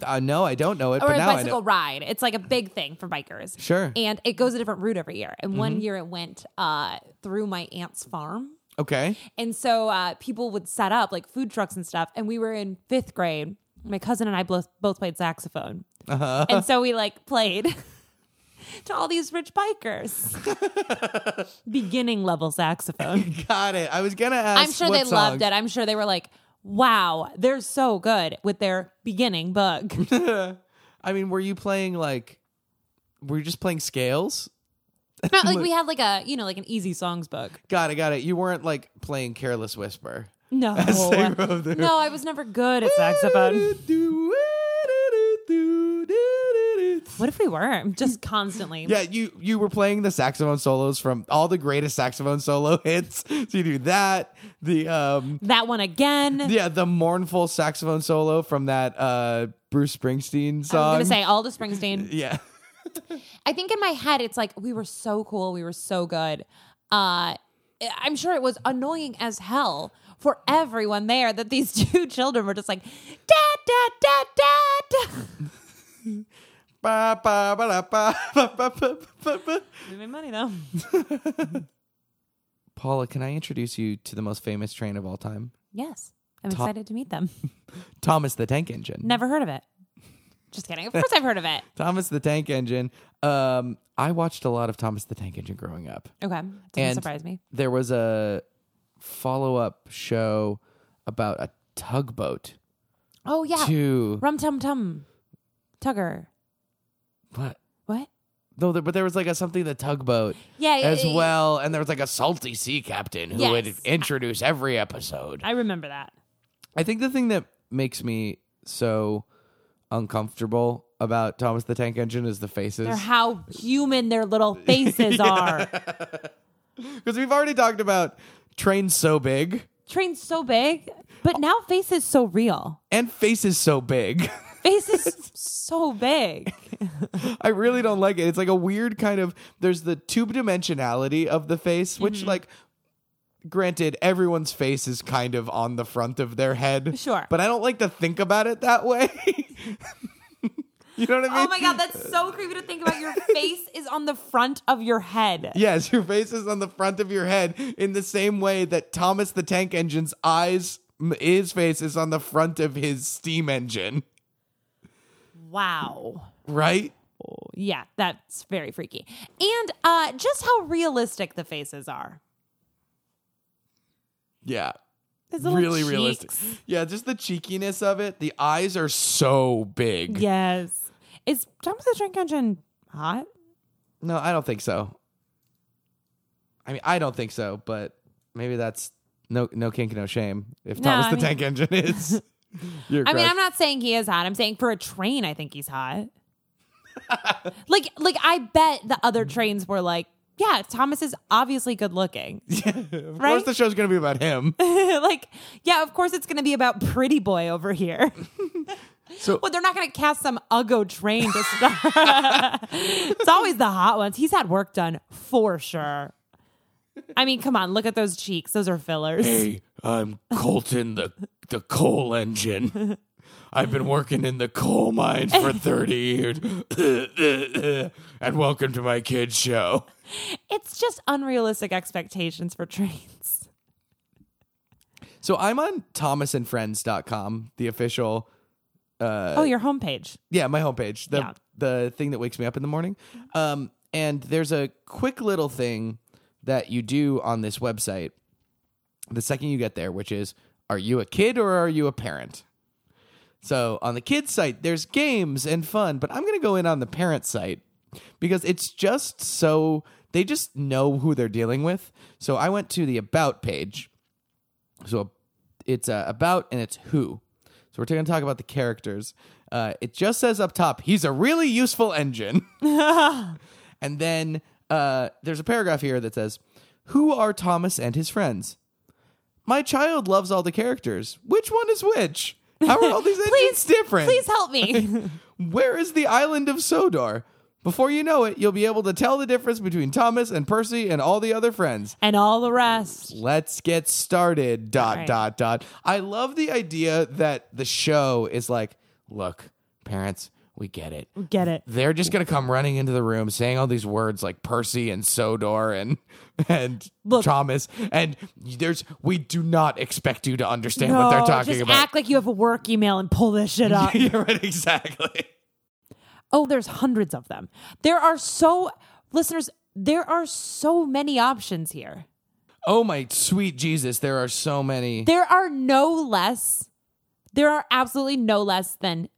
[SPEAKER 1] uh, no, I don't know it,
[SPEAKER 2] or
[SPEAKER 1] but
[SPEAKER 2] a
[SPEAKER 1] now I
[SPEAKER 2] bicycle
[SPEAKER 1] know.
[SPEAKER 2] ride. It's like a big thing for bikers.
[SPEAKER 1] Sure. Mm-hmm.
[SPEAKER 2] And it goes a different route every year. And one year it went uh, through my aunt's farm.
[SPEAKER 1] Okay.
[SPEAKER 2] And so uh, people would set up like food trucks and stuff. And we were in fifth grade. My cousin and I both both played saxophone, and so we like played to all these rich bikers, beginning level saxophone.
[SPEAKER 1] Got it. I was gonna ask.
[SPEAKER 2] I'm sure
[SPEAKER 1] what
[SPEAKER 2] they loved
[SPEAKER 1] songs.
[SPEAKER 2] it. I'm sure they were like, "Wow, they're so good with their beginning bug."
[SPEAKER 1] I mean, were you playing like? Were you just playing scales?
[SPEAKER 2] Not like we had like a you know like an easy songs book.
[SPEAKER 1] Got it. Got it. You weren't like playing Careless Whisper.
[SPEAKER 2] No,
[SPEAKER 1] they rode their-
[SPEAKER 2] no, I was never good at saxophone. What if we were just constantly?
[SPEAKER 1] Yeah, you you were playing the saxophone solos from all the greatest saxophone solo hits. So you do that. The um
[SPEAKER 2] That one again.
[SPEAKER 1] yeah, the mournful saxophone solo from that uh Bruce Springsteen
[SPEAKER 2] I was
[SPEAKER 1] song.
[SPEAKER 2] gonna say Alda Springsteen.
[SPEAKER 1] yeah.
[SPEAKER 2] I think in my head it's like we were so cool, we were so good. Uh I'm sure it was annoying as hell for everyone there that these two children were just like da da da da da.
[SPEAKER 1] Ba, ba, ba, da, ba, ba, ba, ba, ba, ba, ba.
[SPEAKER 2] Give me money though.
[SPEAKER 1] Paula, can I introduce you to the most famous train of all time?
[SPEAKER 2] Yes. I'm
[SPEAKER 1] Top-
[SPEAKER 2] excited to meet them.
[SPEAKER 1] Thomas the Tank Engine.
[SPEAKER 2] Never heard of it. Just kidding. Of course I've heard of it.
[SPEAKER 1] Thomas the Tank Engine. Um, I watched a lot of Thomas the Tank Engine growing up.
[SPEAKER 2] Okay. Doesn't
[SPEAKER 1] And-
[SPEAKER 2] surprise me.
[SPEAKER 1] There was a follow up show about a tugboat
[SPEAKER 2] Oh yeah.
[SPEAKER 1] to
[SPEAKER 2] Rum tum tum. Tugger.
[SPEAKER 1] what?
[SPEAKER 2] What?
[SPEAKER 1] No, there, but there was like a something the tugboat
[SPEAKER 2] Yeah.
[SPEAKER 1] as
[SPEAKER 2] yeah, yeah.
[SPEAKER 1] well, and there was like a salty sea captain who would
[SPEAKER 2] Yes.
[SPEAKER 1] introduce every episode.
[SPEAKER 2] I remember that.
[SPEAKER 1] I think the thing that makes me so uncomfortable about Thomas the Tank Engine is the faces.
[SPEAKER 2] Or how human their little faces are.
[SPEAKER 1] Because we've already talked about trains so big
[SPEAKER 2] Train's so big,
[SPEAKER 1] Oh.
[SPEAKER 2] but now face is so real.
[SPEAKER 1] and faces so big.
[SPEAKER 2] Face is so big.
[SPEAKER 1] I really don't like it. It's like a weird kind of there's the two dimensionality of the face, which
[SPEAKER 2] Mm-hmm.
[SPEAKER 1] like granted everyone's face is kind of on the front of their head.
[SPEAKER 2] Sure.
[SPEAKER 1] But I don't like to think about it that way. you know what I mean?
[SPEAKER 2] Oh my god, that's so creepy to think about. Your face is on the front of your head.
[SPEAKER 1] Yes, your face is on the front of your head in the same way that Thomas the Tank Engine's eyes, m- his face is on the front of his steam engine,
[SPEAKER 2] Wow.
[SPEAKER 1] right?
[SPEAKER 2] Oh, Yeah, that's very freaky. And uh just how realistic the faces are.
[SPEAKER 1] Yeah.
[SPEAKER 2] His little
[SPEAKER 1] Really realistic.
[SPEAKER 2] cheeks.
[SPEAKER 1] Yeah, just the cheekiness of it. The eyes are so big.
[SPEAKER 2] Yes. Is Thomas the Drink Engine hot?
[SPEAKER 1] No, I don't think so. I mean, I don't think so, but maybe that's no no kink, no shame. If
[SPEAKER 2] No,
[SPEAKER 1] Thomas
[SPEAKER 2] I
[SPEAKER 1] the
[SPEAKER 2] mean-
[SPEAKER 1] Tank Engine is, you're
[SPEAKER 2] I mean,
[SPEAKER 1] correct.
[SPEAKER 2] I'm not saying he is hot. I'm saying for a train, I think he's hot. like, like I bet the
[SPEAKER 1] Mm.
[SPEAKER 2] other trains were like, yeah, Thomas is obviously good looking.
[SPEAKER 1] of course,
[SPEAKER 2] right?
[SPEAKER 1] the show's going to be about him.
[SPEAKER 2] like, yeah, of course it's going to be about pretty boy over here.
[SPEAKER 1] So-
[SPEAKER 2] well, they're not going to cast some uggo train to star. it's always the hot ones. He's had work done for sure. I mean, come on, look at those cheeks. Those are fillers.
[SPEAKER 1] Hey, I'm Colton the the coal engine. I've been working in the coal mines for 30 years. and welcome to my kids show.
[SPEAKER 2] It's just unrealistic expectations for trains.
[SPEAKER 1] So I'm on thomasandfriends.com, the official Uh,
[SPEAKER 2] oh, your homepage.
[SPEAKER 1] yeah, my homepage. The
[SPEAKER 2] Yeah.
[SPEAKER 1] the thing that wakes me up in the morning. Um and there's a quick little thing that you do on this website the second you get there, which is are you a kid or are you a parent? So on the kids site, there's games and fun, but I'm going to go in on the parent site because it's just so they just know who they're dealing with. So I went to the about page. So it's uh, about and it's who. So we're going to talk about the characters. Uh, it just says up top, he's a really useful engine. and then uh, there's a paragraph here that says, Who are Thomas and his friends? My child loves all the characters. Which one is which? How are all these engines different?
[SPEAKER 2] Please help me.
[SPEAKER 1] Where is the island of Sodor? Before you know it, you'll be able to tell the difference between Thomas and Percy and all the other friends.
[SPEAKER 2] and all the rest.
[SPEAKER 1] Let's get started. Dot
[SPEAKER 2] right.
[SPEAKER 1] dot dot. I love the idea that the show is like, look, parents, we get it.
[SPEAKER 2] Get it.
[SPEAKER 1] They're just gonna come running into the room saying all these words like Percy and Sodor and and
[SPEAKER 2] Look-
[SPEAKER 1] Thomas and there's we do not expect you to understand what they're talking
[SPEAKER 2] just
[SPEAKER 1] about.
[SPEAKER 2] act like you have a work email and pull this shit up.
[SPEAKER 1] You're right, exactly.
[SPEAKER 2] oh, there's hundreds of them. There are so listeners, there are so many options here.
[SPEAKER 1] Oh my sweet Jesus, there are so many.
[SPEAKER 2] There are no less there are absolutely no less than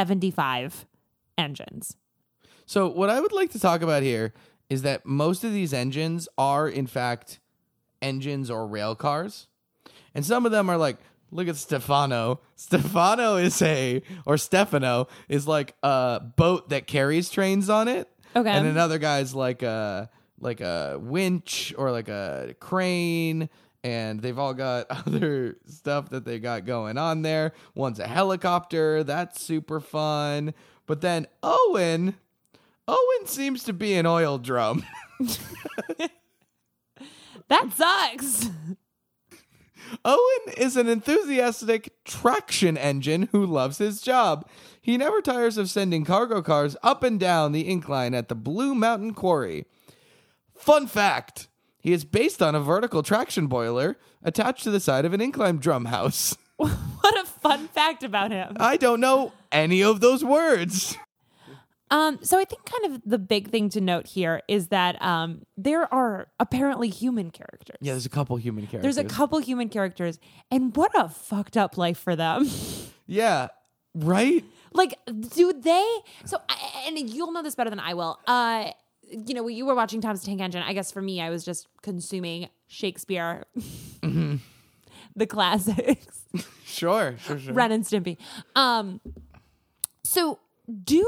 [SPEAKER 2] 75 engines.
[SPEAKER 1] So what I would like to talk about here is that most of these engines are in fact engines or rail cars. And some of them are like look at Stefano. Stefano is a or Stefano is like a boat that carries trains on it.
[SPEAKER 2] Okay.
[SPEAKER 1] And another guy's like a like a winch or like a crane and they've all got other stuff that they got going on there. One's a helicopter, that's super fun. But then Owen Owen seems to be an oil drum.
[SPEAKER 2] That sucks.
[SPEAKER 1] Owen is an enthusiastic traction engine who loves his job. He never tires of sending cargo cars up and down the incline at the Blue Mountain Quarry. Fun fact He is based on a vertical traction boiler attached to the side of an incline drum house.
[SPEAKER 2] What a fun fact about him.
[SPEAKER 1] I don't know any of those words.
[SPEAKER 2] Um, so I think kind of the big thing to note here is that um, there are apparently human characters.
[SPEAKER 1] Yeah, there's a couple human characters.
[SPEAKER 2] There's a couple human characters, and what a fucked up life for them.
[SPEAKER 1] Yeah, right?
[SPEAKER 2] like, do they? So, I- and you'll know this better than I will. Uh, you know, when you were watching Thomas the Tank Engine, I guess for me, I was just consuming Shakespeare,
[SPEAKER 1] Mm-hmm.
[SPEAKER 2] the classics.
[SPEAKER 1] Sure, sure, sure.
[SPEAKER 2] Ren and Stimpy. Um, so do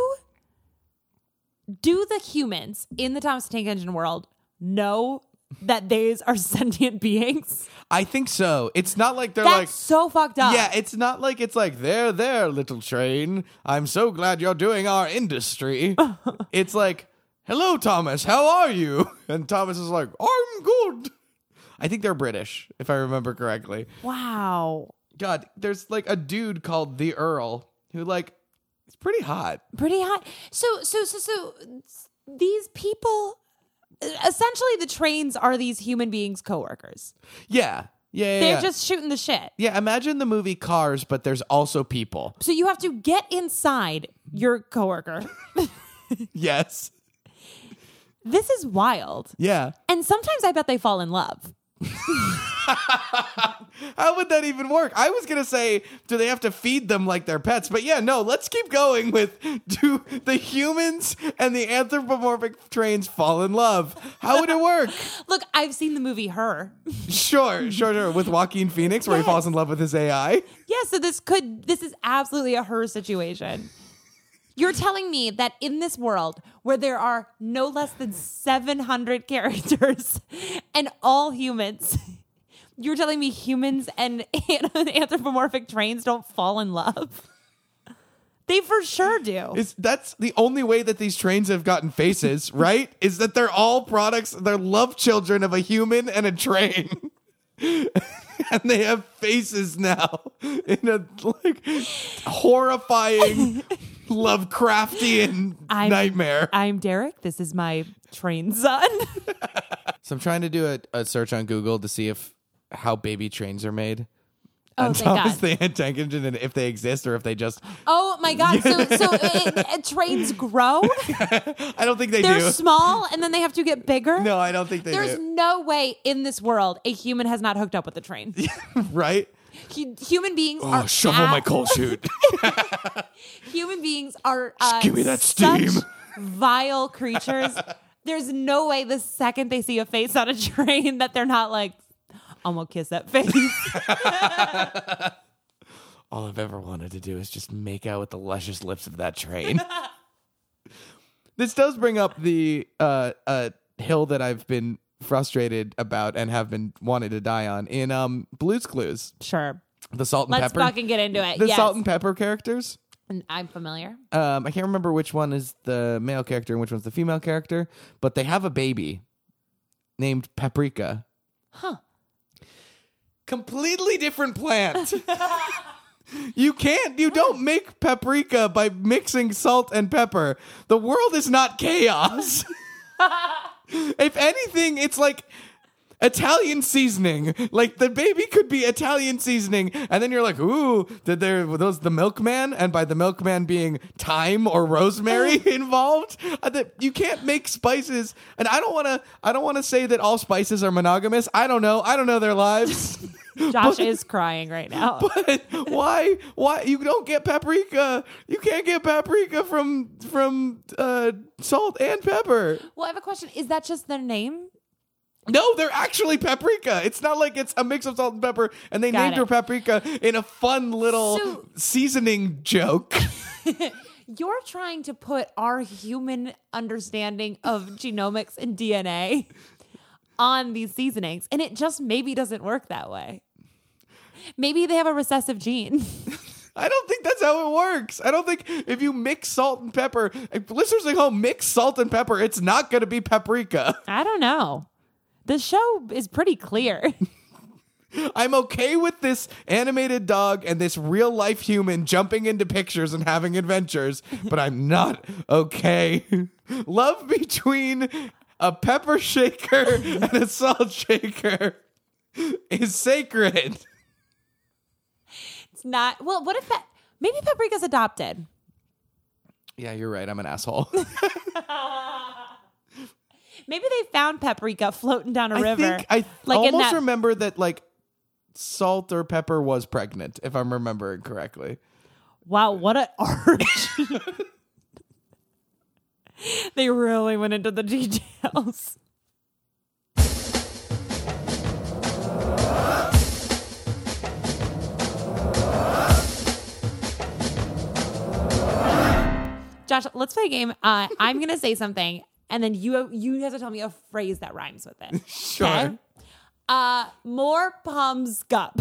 [SPEAKER 2] do the humans in the Thomas the Tank Engine world know that these are sentient beings?
[SPEAKER 1] I think so. It's not like they're
[SPEAKER 2] That's
[SPEAKER 1] like
[SPEAKER 2] so fucked up.
[SPEAKER 1] Yeah, it's not like it's like there, there, little train. I'm so glad you're doing our industry. it's like, hello, Thomas, how are you? And Thomas is like, I'm good. I think they're British, if I remember correctly.
[SPEAKER 2] wow.
[SPEAKER 1] God, there's like a dude called the Earl who like is pretty hot.
[SPEAKER 2] Pretty hot. So so so so these people essentially the trains are these human beings coworkers.
[SPEAKER 1] Yeah, yeah, yeah.
[SPEAKER 2] They're
[SPEAKER 1] yeah.
[SPEAKER 2] just shooting the shit.
[SPEAKER 1] yeah. Imagine the movie Cars, but there's also people.
[SPEAKER 2] So you have to get inside your coworker.
[SPEAKER 1] Yes.
[SPEAKER 2] this is wild.
[SPEAKER 1] Yeah.
[SPEAKER 2] And sometimes I bet they fall in love.
[SPEAKER 1] How would that even work? I was gonna say, do they have to feed them like their pets? But yeah, no. Let's keep going with do the humans and the anthropomorphic trains fall in love? How would it work?
[SPEAKER 2] Look, I've seen the movie Her.
[SPEAKER 1] sure, sure, sure. With Joaquin Phoenix, where he falls in love with his AI.
[SPEAKER 2] Yeah, so this could this is absolutely a her situation. You're telling me that in this world where there are no less than 700 characters and all humans, you're telling me humans and anthropomorphic trains don't fall in love? They for sure do.
[SPEAKER 1] Is that's the only way that these trains have gotten faces, right? Is that they're all products, they're love children of a human and a train. and they have faces now in a like horrifying Lovecraftian
[SPEAKER 2] I'm-
[SPEAKER 1] nightmare.
[SPEAKER 2] I'm Derek. This is my train son.
[SPEAKER 1] so I'm trying to do a, a search on Google to see if how baby trains are made.
[SPEAKER 2] Oh,
[SPEAKER 1] and
[SPEAKER 2] thank God.
[SPEAKER 1] Thomas the Tank Engine and if they exist or if they just
[SPEAKER 2] Oh my God. So, so uh, uh, trains grow,
[SPEAKER 1] I don't think they
[SPEAKER 2] they're
[SPEAKER 1] do.
[SPEAKER 2] small, and then they have to get bigger.
[SPEAKER 1] no, I don't think they
[SPEAKER 2] There's
[SPEAKER 1] do.
[SPEAKER 2] no way in this world a human has not hooked up with a train.
[SPEAKER 1] right?
[SPEAKER 2] Hu- human beings
[SPEAKER 1] Oh,
[SPEAKER 2] are
[SPEAKER 1] shovel my
[SPEAKER 2] ab-
[SPEAKER 1] coal chute.
[SPEAKER 2] Human beings are uh,
[SPEAKER 1] give me that
[SPEAKER 2] such
[SPEAKER 1] steam.
[SPEAKER 2] vile creatures. There's no way the second they see a face on a train that they're not like, I'm gonna kiss that face.
[SPEAKER 1] All I've ever wanted to do is just make out with the luscious lips of that train. this does bring up the uh, uh, hill that I've been frustrated about and have been wanted to die on in um, Blue's Clues,
[SPEAKER 2] sure,
[SPEAKER 1] the salt and
[SPEAKER 2] let's
[SPEAKER 1] pepper.
[SPEAKER 2] fucking get into it.
[SPEAKER 1] the
[SPEAKER 2] yes,
[SPEAKER 1] salt and pepper characters.
[SPEAKER 2] And I'm familiar.
[SPEAKER 1] Um, I can't remember which one is the male character and which one's the female character, but they have a baby named Paprika.
[SPEAKER 2] Huh.
[SPEAKER 1] Completely different plant. you can't, you don't make paprika by mixing salt and pepper. The world is not chaos. if anything, it's like Italian seasoning. Like the baby could be Italian seasoning, and then you're like, ooh, did there were those the milkman? And by the milkman being thyme or rosemary involved, Uh, that you can't make spices. And I don't want to. I don't want to say that all spices are monogamous. I don't know. I don't know their lives.
[SPEAKER 2] Josh is crying right now.
[SPEAKER 1] But why? Why you don't get paprika? You can't get paprika from from uh, salt and pepper.
[SPEAKER 2] well, I have a question. Is that just their name?
[SPEAKER 1] No, they're actually paprika. It's not like it's a mix of salt and pepper, and they
[SPEAKER 2] Got
[SPEAKER 1] named
[SPEAKER 2] it.
[SPEAKER 1] her paprika in a fun little
[SPEAKER 2] So-
[SPEAKER 1] seasoning joke.
[SPEAKER 2] You're trying to put our human understanding of genomics and DNA on these seasonings, and it just maybe doesn't work that way. Maybe they have a recessive gene.
[SPEAKER 1] I don't think that's how it works. I don't think if you mix salt and pepper, if listeners at home mix salt and pepper, it's not going to be paprika.
[SPEAKER 2] I don't know. The show is pretty clear.
[SPEAKER 1] I'm okay with this animated dog and this real life human jumping into pictures and having adventures, but I'm not okay. Love between a pepper shaker and a salt shaker is sacred.
[SPEAKER 2] It's not. Well, what if that? Maybe paprika's adopted.
[SPEAKER 1] Yeah, you're right. I'm an asshole.
[SPEAKER 2] Maybe they found paprika floating down a
[SPEAKER 1] I
[SPEAKER 2] river.
[SPEAKER 1] think I
[SPEAKER 2] like in
[SPEAKER 1] almost
[SPEAKER 2] that,
[SPEAKER 1] remember that like salt or pepper was pregnant, if I'm remembering correctly.
[SPEAKER 2] wow, what an arch. they really went into the details. Josh, let's play a game. Uh, I'm gonna say something, and then you you have to tell me a phrase that rhymes with it.
[SPEAKER 1] Sure.
[SPEAKER 2] Okay? Uh, more pums gup.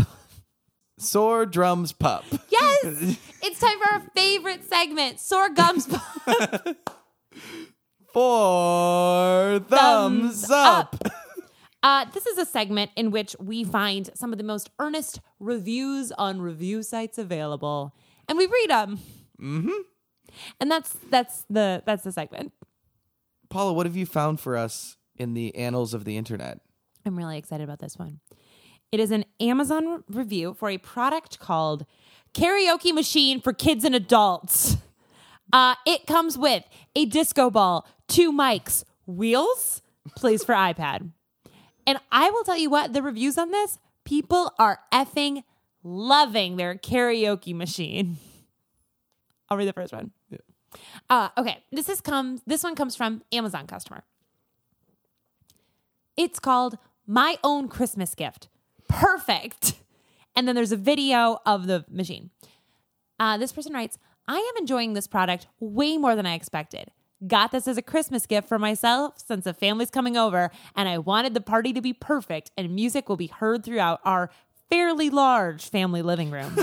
[SPEAKER 1] Sore drums pup.
[SPEAKER 2] Yes, it's time for our favorite segment, sore gums Pup.
[SPEAKER 1] Four thumbs,
[SPEAKER 2] Thumbs
[SPEAKER 1] up.
[SPEAKER 2] Uh, this is a segment in which we find some of the most earnest reviews on review sites available, and we read them. Mm-hmm. And that's that's the that's the segment.
[SPEAKER 1] Paula, what have you found for us in the annals of the internet?
[SPEAKER 2] I'm really excited about this one. It is an Amazon re- review for a product called Karaoke Machine for Kids and Adults. Uh, it comes with a disco ball, two mics, wheels, plays for iPad. And I will tell you what, the reviews on this, people are effing loving their karaoke machine. I'll read the first one. Uh, okay, this is comes. This one comes from Amazon customer. It's called My Own Christmas Gift. Perfect. And then there's a video of the machine. Uh, this person writes I am enjoying this product way more than I expected. Got this as a Christmas gift for myself since the family's coming over, and I wanted the party to be perfect, and music will be heard throughout our fairly large family living room.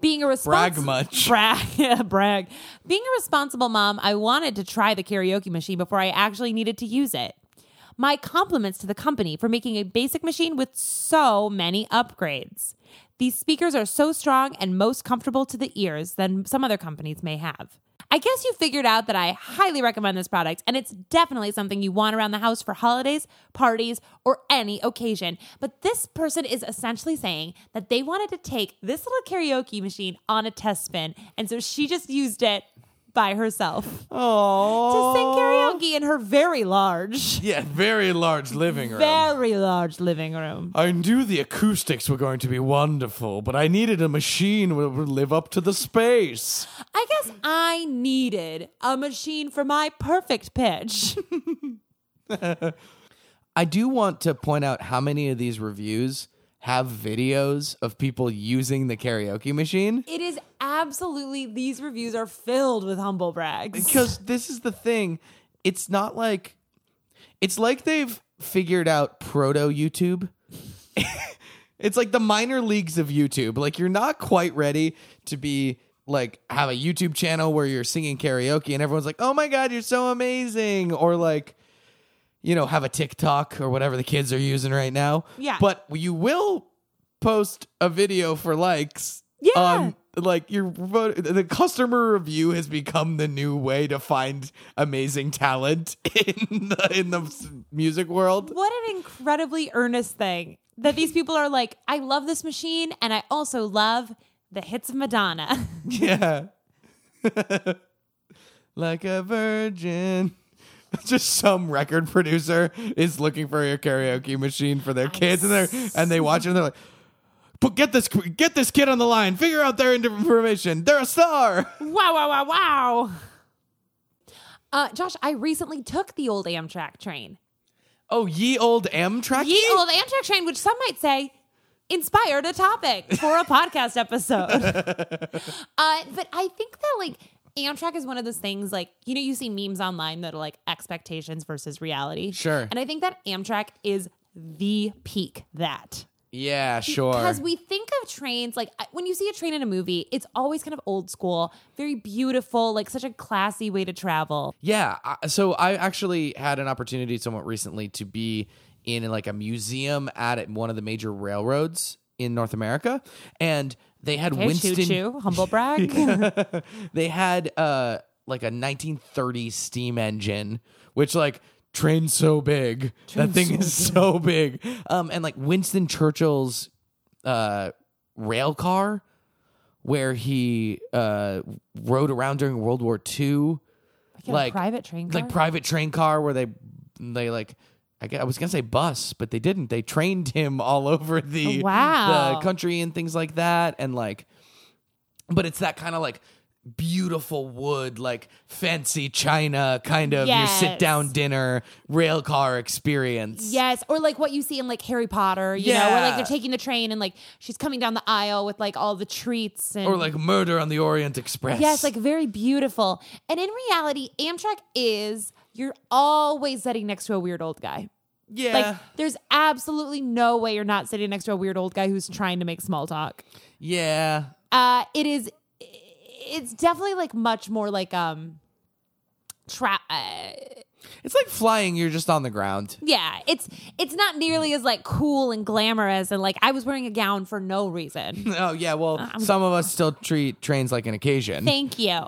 [SPEAKER 2] Being a
[SPEAKER 1] Brag
[SPEAKER 2] responsible
[SPEAKER 1] much.
[SPEAKER 2] brag, yeah, brag. Being a responsible mom, I wanted to try the karaoke machine before I actually needed to use it. My compliments to the company for making a basic machine with so many upgrades. These speakers are so strong and most comfortable to the ears than some other companies may have. I guess you figured out that I highly recommend this product, and it's definitely something you want around the house for holidays, parties, or any occasion. But this person is essentially saying that they wanted to take this little karaoke machine on a test spin, and so she just used it by herself to sing
[SPEAKER 1] Oh.
[SPEAKER 2] karaoke in her very large
[SPEAKER 1] Yeah, very large living room.
[SPEAKER 2] very large living room.
[SPEAKER 1] I knew the acoustics were going to be wonderful, but I needed a machine that would live up to the space.
[SPEAKER 2] I guess I needed a machine for my perfect pitch.
[SPEAKER 1] I do want to point out how many of these reviews have videos of people using the karaoke machine.
[SPEAKER 2] It is absolutely, these reviews are filled with humble brags.
[SPEAKER 1] Because this is the thing. It's not like it's like they've figured out proto YouTube. it's like the minor leagues of YouTube. Like you're not quite ready to be like have a YouTube channel where you're singing karaoke and everyone's like, "Oh my god, you're so amazing." Or like you know, have a TikTok or whatever the kids are using right now.
[SPEAKER 2] Yeah.
[SPEAKER 1] But you will post a video for likes.
[SPEAKER 2] Yeah.
[SPEAKER 1] on- like your vo- the customer review has become the new way to find amazing talent in the in the s- music world.
[SPEAKER 2] What an incredibly earnest thing that these people are like, I love this machine and I also love the hits of Madonna.
[SPEAKER 1] Yeah. like a virgin. Just some record producer is looking for a karaoke machine for their kids, and they are and they watch it and they're like, "But get this get this kid on the line, figure out their information. They're a star."
[SPEAKER 2] wow, wow, wow, wow. Uh, Josh, I recently took the old Amtrak train.
[SPEAKER 1] Oh, ye old Amtrak.
[SPEAKER 2] Ye old Amtrak train, which some might say inspired a topic for a podcast episode. uh, but I think that like Amtrak is one of those things like you know you see memes online that are like expectations versus reality.
[SPEAKER 1] Sure.
[SPEAKER 2] And I think that Amtrak is the peak that.
[SPEAKER 1] Yeah, sure.
[SPEAKER 2] Because we think of trains like I- when you see a train in a movie, it's always kind of old school, very beautiful, like such a classy way to travel.
[SPEAKER 1] Yeah. I- So I actually had an opportunity somewhat recently to be in like a museum at one of the major railroads in North America, and they had
[SPEAKER 2] Okay,
[SPEAKER 1] Winston.
[SPEAKER 2] choo choo, humble brag.
[SPEAKER 1] they had uh like a 1930 steam engine, which like train so big. that thing is so big. Um, and like Winston Churchill's uh, rail car, where he uh, rode around during World War II,
[SPEAKER 2] Like, in a
[SPEAKER 1] like-
[SPEAKER 2] private train car.
[SPEAKER 1] like private train car, where they they like. I, gue- I was gonna say bus, but they didn't. They trained him all over the
[SPEAKER 2] Oh, Wow.
[SPEAKER 1] the country and things like that, and like, but it's that kind of like beautiful wood, like fancy china kind of
[SPEAKER 2] Yes.
[SPEAKER 1] your sit down dinner rail car experience.
[SPEAKER 2] Yes, or like what you see in like Harry Potter, you know, where like
[SPEAKER 1] Yeah.
[SPEAKER 2] they're taking the train and like she's coming down the aisle with like all the treats and
[SPEAKER 1] Or like Murder on the Orient Express.
[SPEAKER 2] yes, like very beautiful. And in reality, Amtrak is you're always sitting next to a weird old guy.
[SPEAKER 1] yeah.
[SPEAKER 2] Like there's absolutely no way you're not sitting next to a weird old guy who's trying to make small talk.
[SPEAKER 1] yeah.
[SPEAKER 2] Uh it is it's definitely like much more like um tra- uh,
[SPEAKER 1] It's like flying, you're just on the ground.
[SPEAKER 2] yeah, it's it's not nearly as like cool and glamorous and like I was wearing a gown for no reason.
[SPEAKER 1] Oh yeah, well some of us still treat trains like an occasion.
[SPEAKER 2] Uh, Thank you.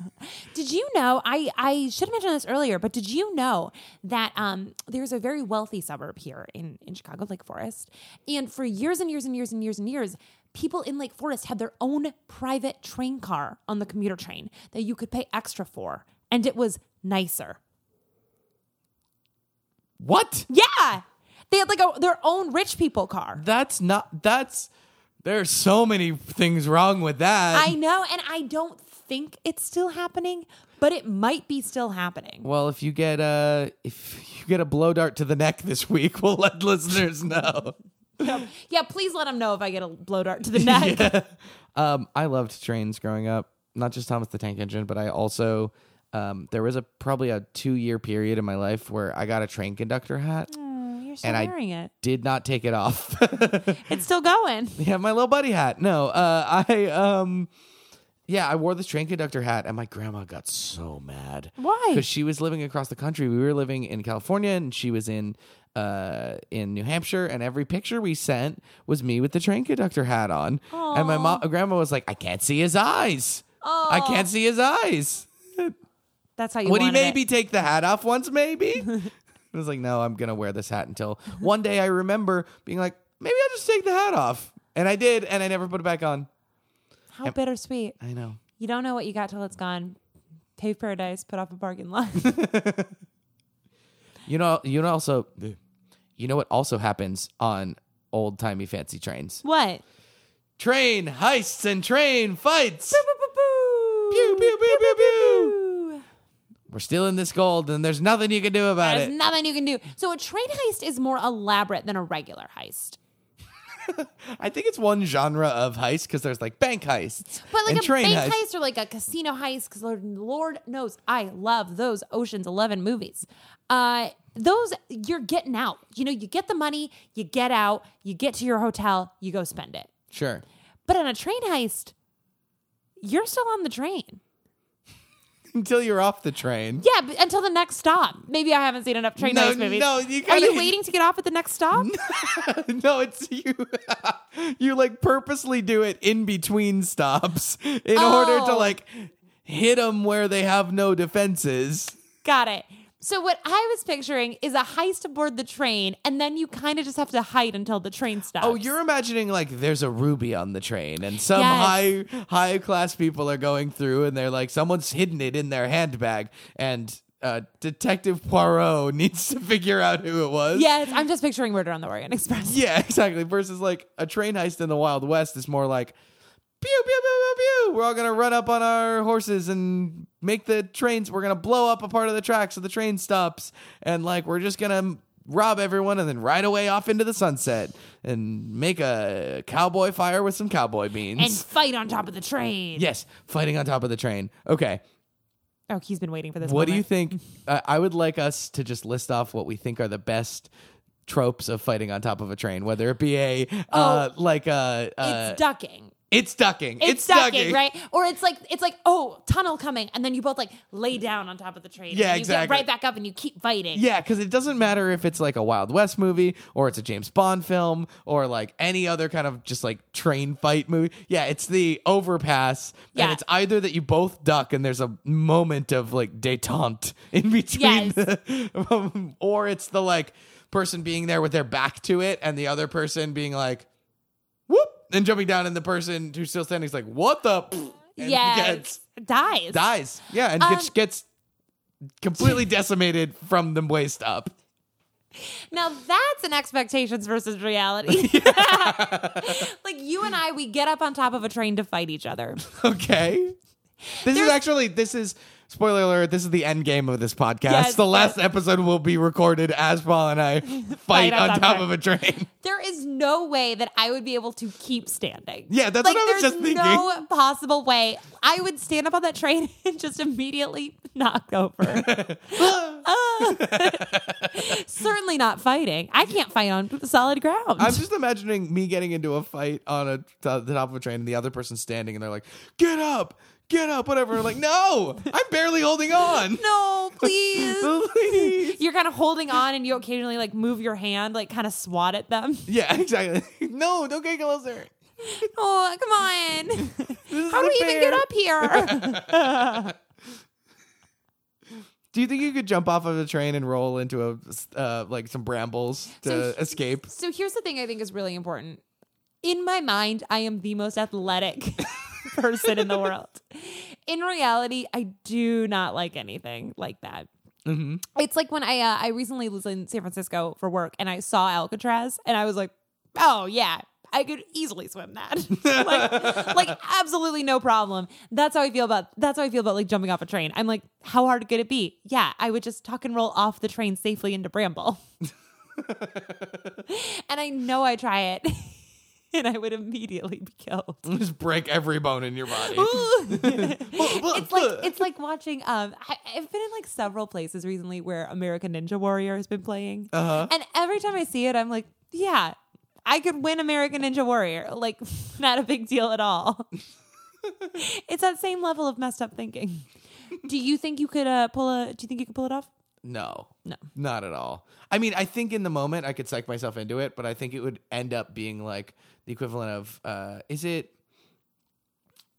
[SPEAKER 2] did you know? I I should have mentioned this earlier, but did you know that um, there's a very wealthy suburb here in in Chicago, Lake Forest, and for years and years and years and years and years. People in Lake Forest had their own private train car on the commuter train that you could pay extra for, and it was nicer.
[SPEAKER 1] what?
[SPEAKER 2] Yeah, they had like a, their own rich people car.
[SPEAKER 1] That's not that's there's so many things wrong with that.
[SPEAKER 2] I know, and I don't think it's still happening, but it might be still happening.
[SPEAKER 1] well, if you get a if you get a blow dart to the neck this week, we'll let listeners know.
[SPEAKER 2] Yeah, please let them know if I get a blow dart to the neck.
[SPEAKER 1] Um, I loved trains growing up. Not just Thomas the Tank Engine, but I also um, there was a probably a two year period in my life where I got a train conductor hat.
[SPEAKER 2] Oh, You're still
[SPEAKER 1] And I-
[SPEAKER 2] wearing it.
[SPEAKER 1] Did not take it off.
[SPEAKER 2] It's still going.
[SPEAKER 1] yeah, my little buddy hat. No, uh, I um, yeah, I wore this train conductor hat, and my grandma got so mad.
[SPEAKER 2] Why?
[SPEAKER 1] Because she was living across the country. We were living in California, and she was in uh in New Hampshire. And every picture we sent was me with the train conductor hat on. And my mom, grandma was like, "I can't see his eyes. I can't see his eyes.
[SPEAKER 2] That's how you
[SPEAKER 1] Would he
[SPEAKER 2] wanted it.
[SPEAKER 1] maybe take the hat off once? Maybe." I was like, "No, I'm gonna wear this hat until one day I remember being like, maybe I'll just take the hat off." And I did, and I never put it back on.
[SPEAKER 2] How bittersweet.
[SPEAKER 1] I know.
[SPEAKER 2] You don't know what you got till it's gone. Pave paradise, put off a bargain lot.
[SPEAKER 1] You know, you know also you know what also happens on old timey fancy trains?
[SPEAKER 2] what?
[SPEAKER 1] Train heists and train fights. Pew,
[SPEAKER 2] Pew,
[SPEAKER 1] pew, pew, pew, pew. We're stealing this gold and there's nothing you can do about
[SPEAKER 2] There's
[SPEAKER 1] it.
[SPEAKER 2] nothing you can do. So a train heist is more elaborate than a regular heist.
[SPEAKER 1] I think it's one genre of heist because there's like bank heists.
[SPEAKER 2] But like
[SPEAKER 1] and
[SPEAKER 2] a
[SPEAKER 1] train
[SPEAKER 2] bank
[SPEAKER 1] heists.
[SPEAKER 2] heist. or like a casino heist, because Lord, Lord knows I love those Ocean's Eleven movies. Uh, those you're getting out. You know, you get the money, you get out, you get to your hotel, you go spend it.
[SPEAKER 1] Sure.
[SPEAKER 2] But on a train heist, you're still on the train.
[SPEAKER 1] Until you're off the train.
[SPEAKER 2] Yeah, but until the next stop. Maybe I haven't seen enough train
[SPEAKER 1] No,
[SPEAKER 2] heist movies.
[SPEAKER 1] no, you
[SPEAKER 2] Are
[SPEAKER 1] gotta-
[SPEAKER 2] you waiting to get off at the next stop?
[SPEAKER 1] no, it's you. you like purposely do it in between stops in order to
[SPEAKER 2] Oh.
[SPEAKER 1] like hit them where they have no defenses.
[SPEAKER 2] Got it. So what I was picturing is a heist aboard the train, and then you kind of just have to hide until the train stops.
[SPEAKER 1] Oh, you're imagining like there's a ruby on the train, and some
[SPEAKER 2] Yes.
[SPEAKER 1] high high class people are going through, and they're like, someone's hidden it in their handbag, and uh, Detective Poirot needs to figure out who it was.
[SPEAKER 2] Yes, I'm just picturing Murder on the Orient Express.
[SPEAKER 1] yeah, exactly. Versus like a train heist in the Wild West is more like. Pew, pew, pew, pew, pew. We're all gonna run up on our horses and make the trains. We're gonna blow up a part of the track so the train stops, and like we're just gonna rob everyone and then ride away off into the sunset and make a cowboy fire with some cowboy beans.
[SPEAKER 2] And fight on top of the train.
[SPEAKER 1] yes, fighting on top of the train. Okay,
[SPEAKER 2] Oh, he's been waiting for this.
[SPEAKER 1] what do you
[SPEAKER 2] moment.
[SPEAKER 1] think? I I would like us to just list off what we think are the best tropes of fighting on top of a train, whether it be a uh, like a. Uh,
[SPEAKER 2] It's ducking.
[SPEAKER 1] Oh. It's ducking.
[SPEAKER 2] It's, ducking,
[SPEAKER 1] ducking.
[SPEAKER 2] right? Or it's like it's like oh tunnel coming, and then you both like lay down on top of the train.
[SPEAKER 1] Yeah,
[SPEAKER 2] and you
[SPEAKER 1] exactly.
[SPEAKER 2] Get right back up and you keep fighting.
[SPEAKER 1] Yeah, because it doesn't matter if it's like a Wild West movie or it's a James Bond film or like any other kind of just like train fight movie. Yeah, it's the overpass. And
[SPEAKER 2] Yeah.
[SPEAKER 1] it's either that you both duck and there's a moment of like detente in between,
[SPEAKER 2] Yes.
[SPEAKER 1] the- or it's the like person being there with their back to it and the other person being like, whoop, and jumping down, and the person who's still standing is like, what the? And
[SPEAKER 2] yeah.
[SPEAKER 1] gets-
[SPEAKER 2] it dies.
[SPEAKER 1] dies. Yeah, and gets
[SPEAKER 2] Um,
[SPEAKER 1] gets completely decimated from the waist up.
[SPEAKER 2] Now that's an expectations versus reality. like you and I, we get up on top of a train to fight each other.
[SPEAKER 1] Okay. This is
[SPEAKER 2] There's-
[SPEAKER 1] actually this is spoiler alert, this is the end game of this podcast.
[SPEAKER 2] Yes,
[SPEAKER 1] the last
[SPEAKER 2] yes.
[SPEAKER 1] episode will be recorded as Paul and I fight
[SPEAKER 2] Fight on
[SPEAKER 1] on
[SPEAKER 2] top
[SPEAKER 1] top
[SPEAKER 2] of
[SPEAKER 1] of a train.
[SPEAKER 2] There is no way that I would be able to keep standing.
[SPEAKER 1] Yeah, that's
[SPEAKER 2] like,
[SPEAKER 1] what I was
[SPEAKER 2] there's
[SPEAKER 1] just thinking.
[SPEAKER 2] No possible way. I would stand up on that train and just immediately knock over. Ah. Certainly not fighting. I can't fight on solid ground.
[SPEAKER 1] I'm just imagining me getting into a fight on a t- the top of a train and the other person standing and they're like, "Get up. Get up." Whatever. I'm like, "No. I'm barely holding on."
[SPEAKER 2] no, please.
[SPEAKER 1] Please.
[SPEAKER 2] You're kind of holding on, and you occasionally like move your hand, like kind of swat at them.
[SPEAKER 1] Yeah, exactly. No, don't get closer.
[SPEAKER 2] Oh, come on.
[SPEAKER 1] This is
[SPEAKER 2] How do we even get
[SPEAKER 1] unfair.
[SPEAKER 2] up here?
[SPEAKER 1] Do you think you could jump off of a train and roll into a uh, like some brambles to
[SPEAKER 2] So-
[SPEAKER 1] escape?
[SPEAKER 2] so here's the thing I think is really important. In my mind, I am the most athletic person in the world. In reality, I do not like anything like that. It's like when I uh, I recently was in San Francisco for work and I saw Alcatraz and I was like, oh yeah, I could easily swim that. like, like absolutely no problem. That's how I feel about that's how I feel about like jumping off a train. I'm like, how hard could it be? Yeah, I would just tuck and roll off the train safely into Bramble. and I know I try it. And I would immediately be killed.
[SPEAKER 1] Just break every bone in your body.
[SPEAKER 2] it's like it's like watching. Um, I, I've been in like several places recently where American Ninja Warrior has been playing,
[SPEAKER 1] Uh-huh.
[SPEAKER 2] and every time I see it, I'm like, yeah, I could win American Ninja Warrior. Like, not a big deal at all. it's that same level of messed up thinking. Do you think you could uh, pull a? Do you think you could pull it off?
[SPEAKER 1] No,
[SPEAKER 2] No.
[SPEAKER 1] not at all. I mean, I think in the moment I could psych myself into it, but I think it would end up being like the equivalent of uh, is it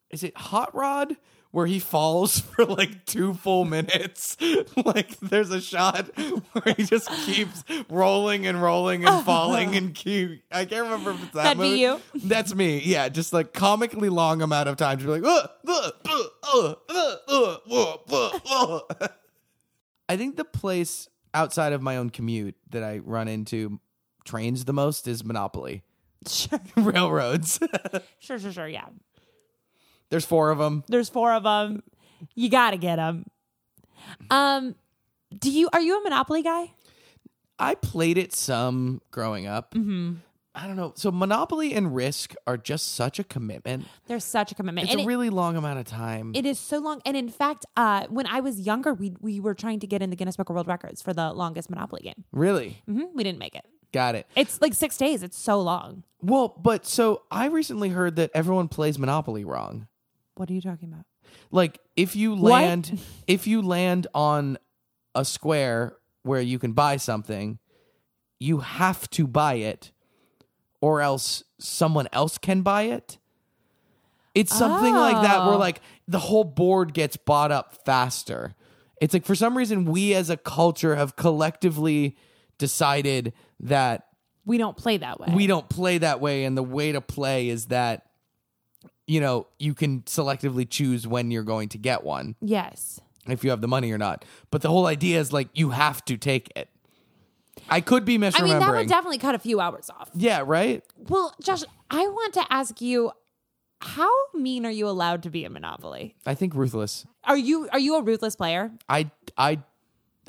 [SPEAKER 1] is it Hot Rod where he falls for like two full minutes? like there's a shot where he just keeps rolling and rolling and falling and keep. I can't remember if it's that
[SPEAKER 2] Oh, That'd be
[SPEAKER 1] movie.
[SPEAKER 2] you.
[SPEAKER 1] That's me. Yeah, just like comically long amount of time to be like. Uh, uh, uh, uh, uh, uh, uh, uh, uh." I think the place outside of my own commute that I run into trains the most is Monopoly
[SPEAKER 2] Sure,
[SPEAKER 1] railroads.
[SPEAKER 2] sure, sure, sure. Yeah,
[SPEAKER 1] There's four of them.
[SPEAKER 2] there's four of them. You gotta get them. Um, do you? Are you a Monopoly guy?
[SPEAKER 1] I played it some growing up.
[SPEAKER 2] Mm-hmm.
[SPEAKER 1] I don't know. So Monopoly and Risk are just such a commitment.
[SPEAKER 2] There's such a commitment.
[SPEAKER 1] It's
[SPEAKER 2] And
[SPEAKER 1] a
[SPEAKER 2] it-
[SPEAKER 1] really long amount of time.
[SPEAKER 2] It is so long. And in fact, uh, when I was younger, we we were trying to get in the Guinness Book of World Records for the longest Monopoly game.
[SPEAKER 1] really?
[SPEAKER 2] hmm We didn't make it.
[SPEAKER 1] Got it.
[SPEAKER 2] It's like six days. It's so long.
[SPEAKER 1] Well, but so I recently heard that everyone plays Monopoly wrong.
[SPEAKER 2] What are you talking about?
[SPEAKER 1] Like if you
[SPEAKER 2] What?
[SPEAKER 1] land if you land on a square where you can buy something, you have to buy it or else someone else can buy it. It's something like that where
[SPEAKER 2] Oh.
[SPEAKER 1] like the whole board gets bought up faster. It's like for some reason we as a culture have collectively decided that
[SPEAKER 2] We don't play that way.
[SPEAKER 1] we don't play that way and the way to play is that you know you can selectively choose when you're going to get one
[SPEAKER 2] yes.
[SPEAKER 1] if you have the money or not but the whole idea is like you have to take it i could be
[SPEAKER 2] I mean,
[SPEAKER 1] misremembering
[SPEAKER 2] that would definitely cut a few hours off.
[SPEAKER 1] yeah right
[SPEAKER 2] Well, Josh, I want to ask you, how mean are you allowed to be in Monopoly?
[SPEAKER 1] i think ruthless
[SPEAKER 2] Are you are you a ruthless player?
[SPEAKER 1] i i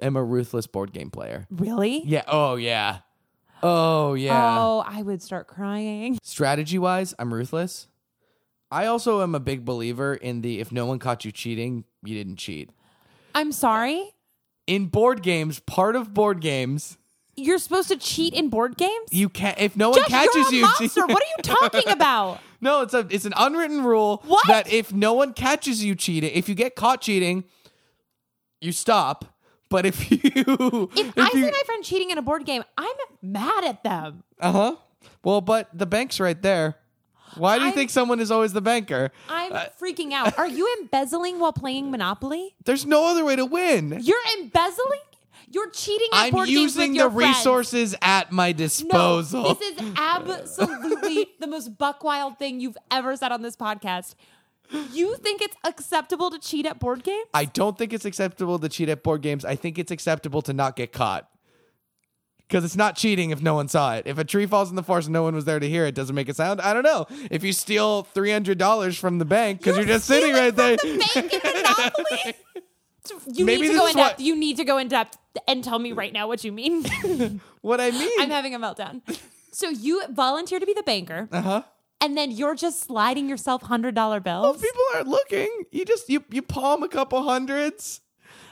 [SPEAKER 1] am a ruthless board game player
[SPEAKER 2] Really?
[SPEAKER 1] yeah oh yeah oh yeah
[SPEAKER 2] Oh, I would start crying.
[SPEAKER 1] strategy wise, I'm ruthless. I also am a big believer in the if no one caught you cheating, you didn't cheat.
[SPEAKER 2] I'm sorry.
[SPEAKER 1] In board games, part of board games
[SPEAKER 2] You're supposed to cheat in board games?
[SPEAKER 1] You can't if no one
[SPEAKER 2] Josh,
[SPEAKER 1] catches
[SPEAKER 2] you're a
[SPEAKER 1] you.
[SPEAKER 2] monster. what are you talking about?
[SPEAKER 1] No, it's a it's an unwritten rule
[SPEAKER 2] What?
[SPEAKER 1] that if no one catches you cheating, if you get caught cheating, you stop. But if you
[SPEAKER 2] If, I see my friend cheating in a board game, I'm mad at them.
[SPEAKER 1] uh huh, well, but the bank's right there. Why do you
[SPEAKER 2] I'm-
[SPEAKER 1] think someone is always the banker?
[SPEAKER 2] I'm
[SPEAKER 1] Uh,
[SPEAKER 2] freaking out. Are you embezzling while playing Monopoly?
[SPEAKER 1] There's no other way to win.
[SPEAKER 2] You're embezzling? You're cheating at
[SPEAKER 1] I'm
[SPEAKER 2] board games
[SPEAKER 1] using
[SPEAKER 2] with
[SPEAKER 1] the
[SPEAKER 2] your friends.
[SPEAKER 1] resources at my
[SPEAKER 2] No,
[SPEAKER 1] disposal.
[SPEAKER 2] this is absolutely the most buckwild thing you've ever said on this podcast. You think it's acceptable to cheat at board games?
[SPEAKER 1] I don't think it's acceptable to cheat at board games. I think it's acceptable to not get caught. Because it's not cheating if no one saw it. If a tree falls in the forest and no one was there to hear it, doesn't make a sound. I don't know. If you steal three hundred dollars from the bank because you're, just sitting right there,
[SPEAKER 2] The bank in Monopoly? You
[SPEAKER 1] Maybe
[SPEAKER 2] need to
[SPEAKER 1] this
[SPEAKER 2] go
[SPEAKER 1] is
[SPEAKER 2] in
[SPEAKER 1] why-
[SPEAKER 2] depth. You need to go in depth and tell me right now what you mean.
[SPEAKER 1] what I mean?
[SPEAKER 2] I'm having a meltdown. So you volunteer to be the banker,
[SPEAKER 1] huh?
[SPEAKER 2] and then you're just sliding yourself hundred dollar
[SPEAKER 1] Uh-huh. Well,
[SPEAKER 2] bills.
[SPEAKER 1] people aren't looking. You just you you palm a couple hundreds.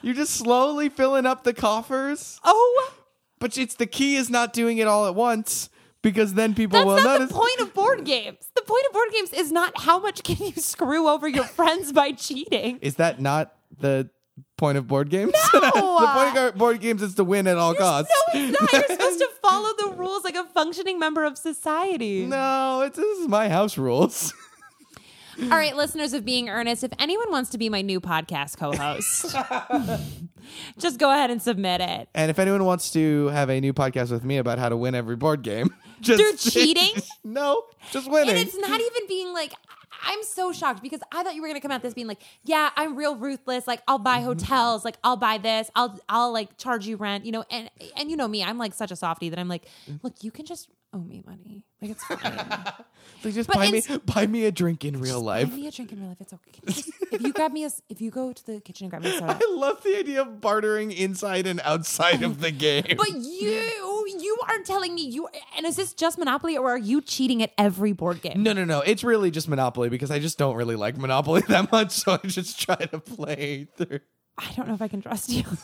[SPEAKER 1] You're just slowly filling up the coffers.
[SPEAKER 2] oh,
[SPEAKER 1] But it's the key is not doing it all at once because then people
[SPEAKER 2] that's
[SPEAKER 1] will
[SPEAKER 2] not
[SPEAKER 1] notice.
[SPEAKER 2] the point of board games. The point of board games is not how much can you screw over your friends by cheating.
[SPEAKER 1] Is that not the point of board games?
[SPEAKER 2] No!
[SPEAKER 1] the
[SPEAKER 2] uh,
[SPEAKER 1] point of gar- board games is to win at all costs.
[SPEAKER 2] No, it's not. You're supposed to follow the rules like a functioning member of society.
[SPEAKER 1] No, it's this is my house rules.
[SPEAKER 2] All right, listeners of Being Earnest, if anyone wants to be my new podcast co host, just go ahead and submit it.
[SPEAKER 1] and if anyone wants to have a new podcast with me about how to win every board game, just
[SPEAKER 2] They're cheating?
[SPEAKER 1] no, just winning.
[SPEAKER 2] And it's not e-, even being like, I'm so shocked because I thought you were gonna come at this being like, yeah, I'm real ruthless. Like I'll buy hotels, like I'll buy this, I'll I'll like charge you rent, you know. And and you know me, I'm like such a softie that I'm like, look, you can just owe me money, like it's fine.
[SPEAKER 1] Like, just
[SPEAKER 2] but
[SPEAKER 1] buy me
[SPEAKER 2] it's-
[SPEAKER 1] buy me a drink in real life.
[SPEAKER 2] Give me a drink in real life, it's okay. Can you just- if you grab me a, s- if you go to the kitchen and grab me a soda.
[SPEAKER 1] I love the idea of bartering inside and outside of the game.
[SPEAKER 2] But you, you are telling me you, and is this just Monopoly or are you cheating at every board game?
[SPEAKER 1] no, no, no. It's really just Monopoly because I just don't really like Monopoly that much, so I just try to play through.
[SPEAKER 2] I don't know if I can trust you.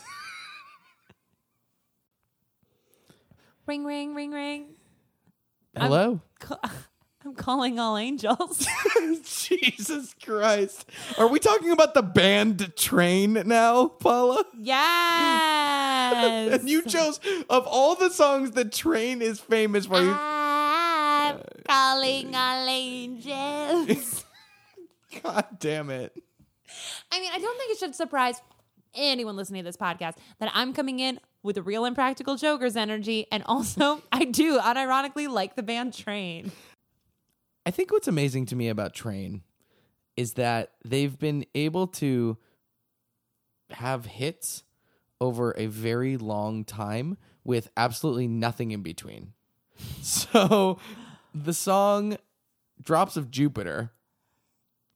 [SPEAKER 2] ring, ring, ring, ring.
[SPEAKER 1] Hello.
[SPEAKER 2] Ca- I'm calling all angels.
[SPEAKER 1] Jesus Christ. Are we talking about the band train now, Paula?
[SPEAKER 2] yes.
[SPEAKER 1] And you chose, of all the songs, the train is famous for.
[SPEAKER 2] Ah.
[SPEAKER 1] You
[SPEAKER 2] I'm calling all angels.
[SPEAKER 1] God damn it.
[SPEAKER 2] I mean, I don't think it should surprise anyone listening to this podcast that I'm coming in with a real and practical jokers energy. And also, I do unironically like the band Train.
[SPEAKER 1] I think what's amazing to me about Train is that they've been able to have hits over a very long time with absolutely nothing in between. So the song Drops of Jupiter,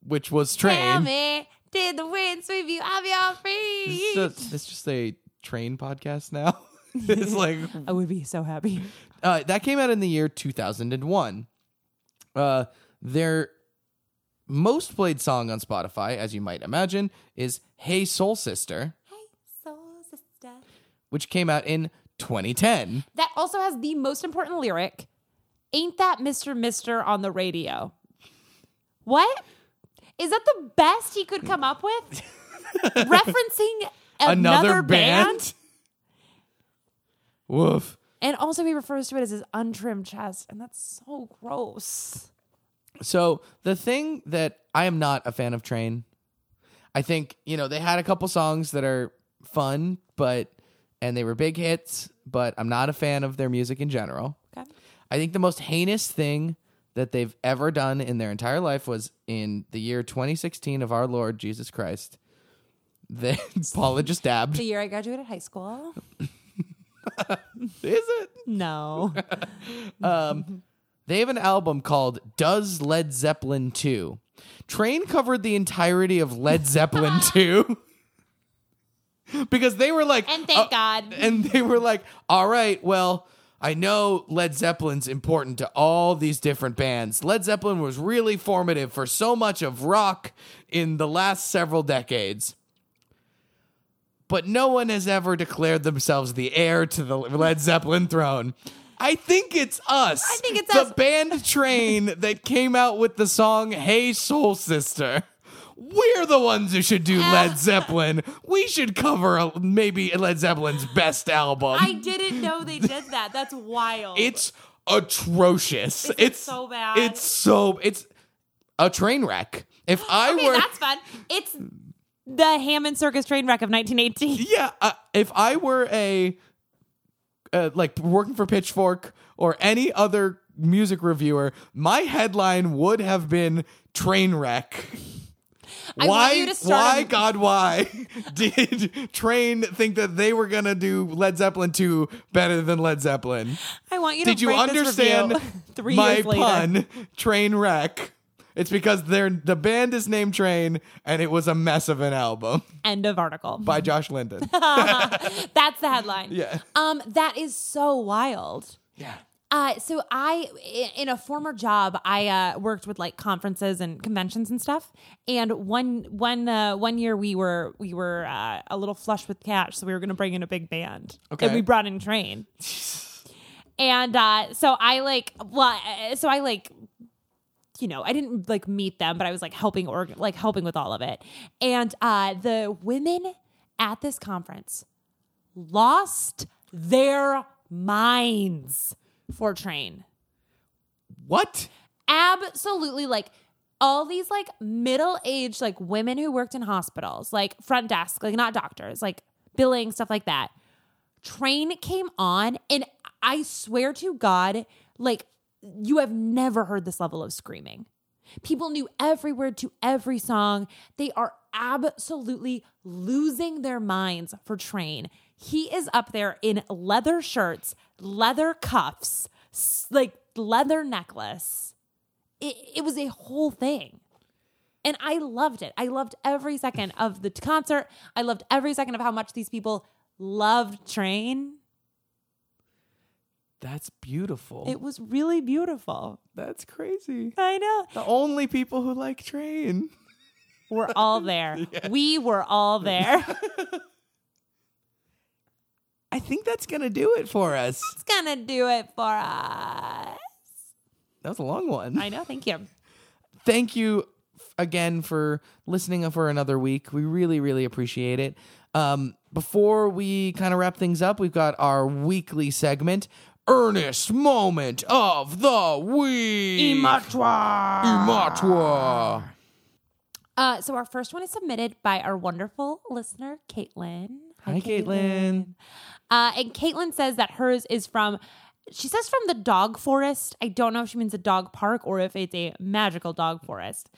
[SPEAKER 1] which was Train.
[SPEAKER 2] Tell me, did the wind sweep you off your feet?
[SPEAKER 1] It's just, it's just a train podcast now. it's like
[SPEAKER 2] I would be so happy.
[SPEAKER 1] uh, that came out in the year 2001. Uh, their most played song on Spotify, as you might imagine, is Hey Soul Sister,
[SPEAKER 2] Hey, soul sister.
[SPEAKER 1] which came out in 2010.
[SPEAKER 2] That also has the most important lyric Ain't that Mr. Mister on the radio? What? Is that the best he could come up with? Referencing another, band?
[SPEAKER 1] Woof.
[SPEAKER 2] And also, he refers to it as his untrimmed chest, and that's so gross.
[SPEAKER 1] So the thing that I am not a fan of Train, I think you know they had a couple songs that are fun, but and they were big hits, but I'm not a fan of their music in general.
[SPEAKER 2] Okay.
[SPEAKER 1] I think the most heinous thing that they've ever done in their entire life was in the year 2016 of our Lord Jesus Christ. Then Paula just dabbed.
[SPEAKER 2] The
[SPEAKER 1] Is
[SPEAKER 2] year I graduated high school?
[SPEAKER 1] it?
[SPEAKER 2] No.
[SPEAKER 1] They have an album called Does Led Zeppelin 2. Train covered the entirety of Led Zeppelin 2 because they were like
[SPEAKER 2] And thank
[SPEAKER 1] uh,
[SPEAKER 2] God.
[SPEAKER 1] And they were like, "All right, well, I know Led Zeppelin's important to all these different bands. Led Zeppelin was really formative for so much of rock in the last several decades. but no one has ever declared themselves the heir to the Led Zeppelin throne. I think it's us. I
[SPEAKER 2] think it's
[SPEAKER 1] the
[SPEAKER 2] us.
[SPEAKER 1] band Train that came out with the song "Hey Soul Sister." We're the ones who should do Led Zeppelin. We should cover a, maybe Led Zeppelin's best album.
[SPEAKER 2] I didn't know they did that. That's wild.
[SPEAKER 1] It's atrocious.
[SPEAKER 2] it
[SPEAKER 1] it's
[SPEAKER 2] so bad?
[SPEAKER 1] It's so it's a train wreck. If I
[SPEAKER 2] okay,
[SPEAKER 1] were
[SPEAKER 2] that's fun. It's the Hammond Circus train wreck of 1918.
[SPEAKER 1] yeah, uh, if I were a uh, like working for Pitchfork or any other music reviewer, my headline would have been train wreck.
[SPEAKER 2] I want you
[SPEAKER 1] why?
[SPEAKER 2] to start
[SPEAKER 1] Why?
[SPEAKER 2] on-
[SPEAKER 1] God, why did Train think that they were gonna do Led Zeppelin two better than Led Zeppelin?
[SPEAKER 2] I want you to
[SPEAKER 1] Did you
[SPEAKER 2] break this
[SPEAKER 1] understand
[SPEAKER 2] review three
[SPEAKER 1] my
[SPEAKER 2] years later.
[SPEAKER 1] pun? Train wreck. It's because they're the band is named Train, and it was a mess of an album
[SPEAKER 2] End of article.
[SPEAKER 1] by Josh Linden.
[SPEAKER 2] That's the headline.
[SPEAKER 1] Yeah.
[SPEAKER 2] Um, that is so wild.
[SPEAKER 1] yeah.
[SPEAKER 2] Uh, so I, i- in a former job, I uh, worked with like conferences and conventions and stuff. And one one uh, one year we were we were uh, a little flush with cash, so we were going to bring in a big band.
[SPEAKER 1] Okay.
[SPEAKER 2] and we brought in Train. and uh, so I like well, uh, so I like you know, I didn't like meet them, but I was like helping or like helping with all of it. And uh the women at this conference lost their minds for train.
[SPEAKER 1] What?
[SPEAKER 2] Absolutely like all these like middle-aged like women who worked in hospitals, like front desk, like not doctors, like billing stuff like that. Train came on and I swear to God, like you have never heard this level of screaming. People knew every word to every song. They are absolutely losing their minds for Train. He is up there in leather shirts, leather cuffs, s- like leather necklace. It, it was a whole thing. And I loved it. I loved every second of the t- concert. I loved every second of how much these people loved Train.
[SPEAKER 1] That's beautiful.
[SPEAKER 2] It was really beautiful.
[SPEAKER 1] That's crazy.
[SPEAKER 2] I know.
[SPEAKER 1] The only people who like Train.
[SPEAKER 2] We're all there. We were all there.
[SPEAKER 1] I think that's gonna do it for us.
[SPEAKER 2] It's gonna do it for us.
[SPEAKER 1] That was a long one.
[SPEAKER 2] I know. Thank you.
[SPEAKER 1] thank you f- again for listening for another week. We really, really appreciate it. Um, before we kind of wrap things up, we've got our weekly segment, Earnest Moment of the Week. Imatwa.
[SPEAKER 2] Uh, so our first one is submitted by our wonderful listener, Caitlin.
[SPEAKER 1] Hi, Caitlin.
[SPEAKER 2] Uh, and Caitlin says that hers is from. She says from the dog forest. I don't know if she means a dog park or if it's a magical dog forest.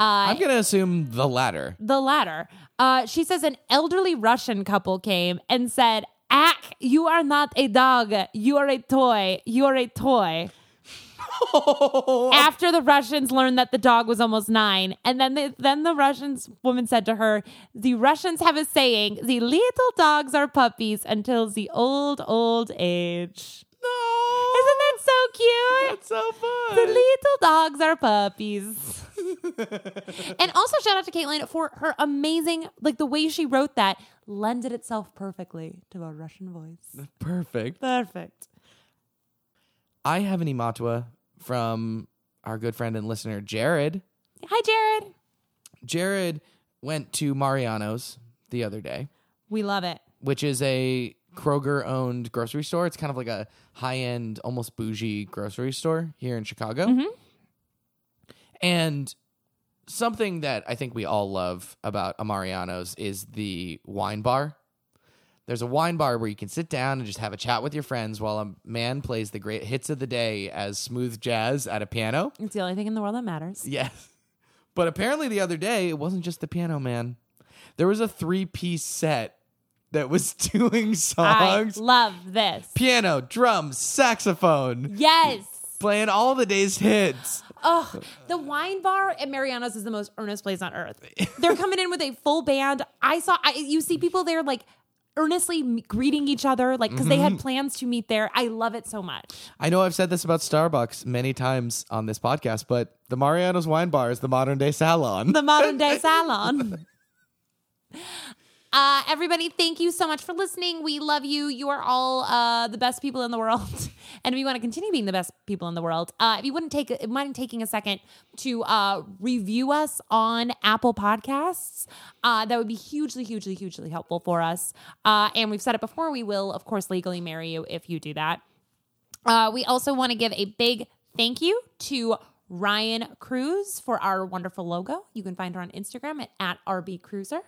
[SPEAKER 2] Uh,
[SPEAKER 1] I'm going to assume the latter.
[SPEAKER 2] the latter. Uh, she says an elderly Russian couple came and said, Ack, you are not a dog. You are a toy. You are a toy.
[SPEAKER 1] Oh,
[SPEAKER 2] After the Russians learned that the dog was almost nine, and then the, then the Russians woman said to her, "The Russians have a saying: the little dogs are puppies until the old old age."
[SPEAKER 1] No.
[SPEAKER 2] Isn't that so cute?
[SPEAKER 1] That's so fun.
[SPEAKER 2] The little dogs are puppies. and also shout out to Caitlin for her amazing, like the way she wrote that lended itself perfectly to our Russian voice.
[SPEAKER 1] Perfect.
[SPEAKER 2] Perfect.
[SPEAKER 1] I have an Imatwa from our good friend and listener, Jared.
[SPEAKER 2] Hi, Jared.
[SPEAKER 1] Jared went to Mariano's the other day,
[SPEAKER 2] We love it.
[SPEAKER 1] which is a Kroger owned grocery store. It's kind of like a high end, almost bougie grocery store here in Chicago. And something that I think we all love about a Mariano's is the wine bar. There's a wine bar where you can sit down and just have a chat with your friends while a man plays the great hits of the day as smooth jazz at a piano.
[SPEAKER 2] It's the only thing in the world that matters.
[SPEAKER 1] Yes. But apparently the other day it wasn't just the piano man. There was a three piece set that was doing
[SPEAKER 2] I
[SPEAKER 1] songs.
[SPEAKER 2] love this.
[SPEAKER 1] piano, drums, saxophone,
[SPEAKER 2] Yes.
[SPEAKER 1] playing all the day's hits.
[SPEAKER 2] Oh, the wine bar at Mariano's is the most earnest place on earth. They're coming in with a full band. I saw, I, you see people there like earnestly m- greeting each other, like, because they had plans to meet there. I love it so much.
[SPEAKER 1] I know I've said this about Starbucks many times on this podcast, but the Mariano's wine bar is the modern day salon.
[SPEAKER 2] the modern day salon. Uh, everybody, thank you so much for listening. We love you. You are all uh, the best people in the world, and we want to continue being the best people in the world. Uh, if you wouldn't take it mind taking a second to uh, review us on Apple Podcasts, uh, that would be hugely, hugely, hugely helpful for us. Uh, and we've said it before. We will, of course, legally marry you if you do that. Uh, we also want to give a big thank you to Ryan Cruz for our wonderful logo. You can find her on Instagram at, at rbcruiser.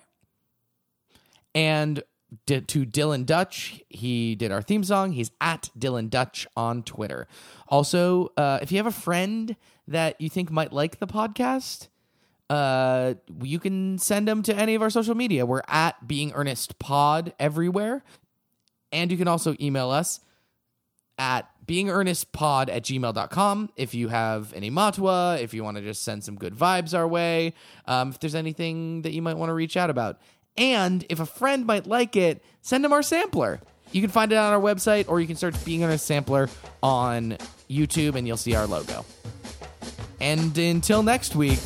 [SPEAKER 1] and di- to Dylan Dutch. He did our theme song. He's at Dylan Dutch on Twitter. Also, uh, if you have a friend that you think might like the podcast, uh, you can send them to any of our social media. We're at Being Earnest Pod everywhere. And you can also email us at beingearnestpod at gmail.com if you have any matwa, if you want to just send some good vibes our way, um, if there's anything that you might want to reach out about. And if a friend might like it, send them our sampler. You can find it on our website or you can search Being Earnest Sampler on YouTube and you'll see our logo. And until next week,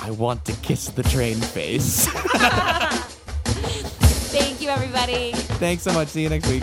[SPEAKER 1] I want to kiss the train face.
[SPEAKER 2] Thank you, everybody.
[SPEAKER 1] Thanks so much. See you next week.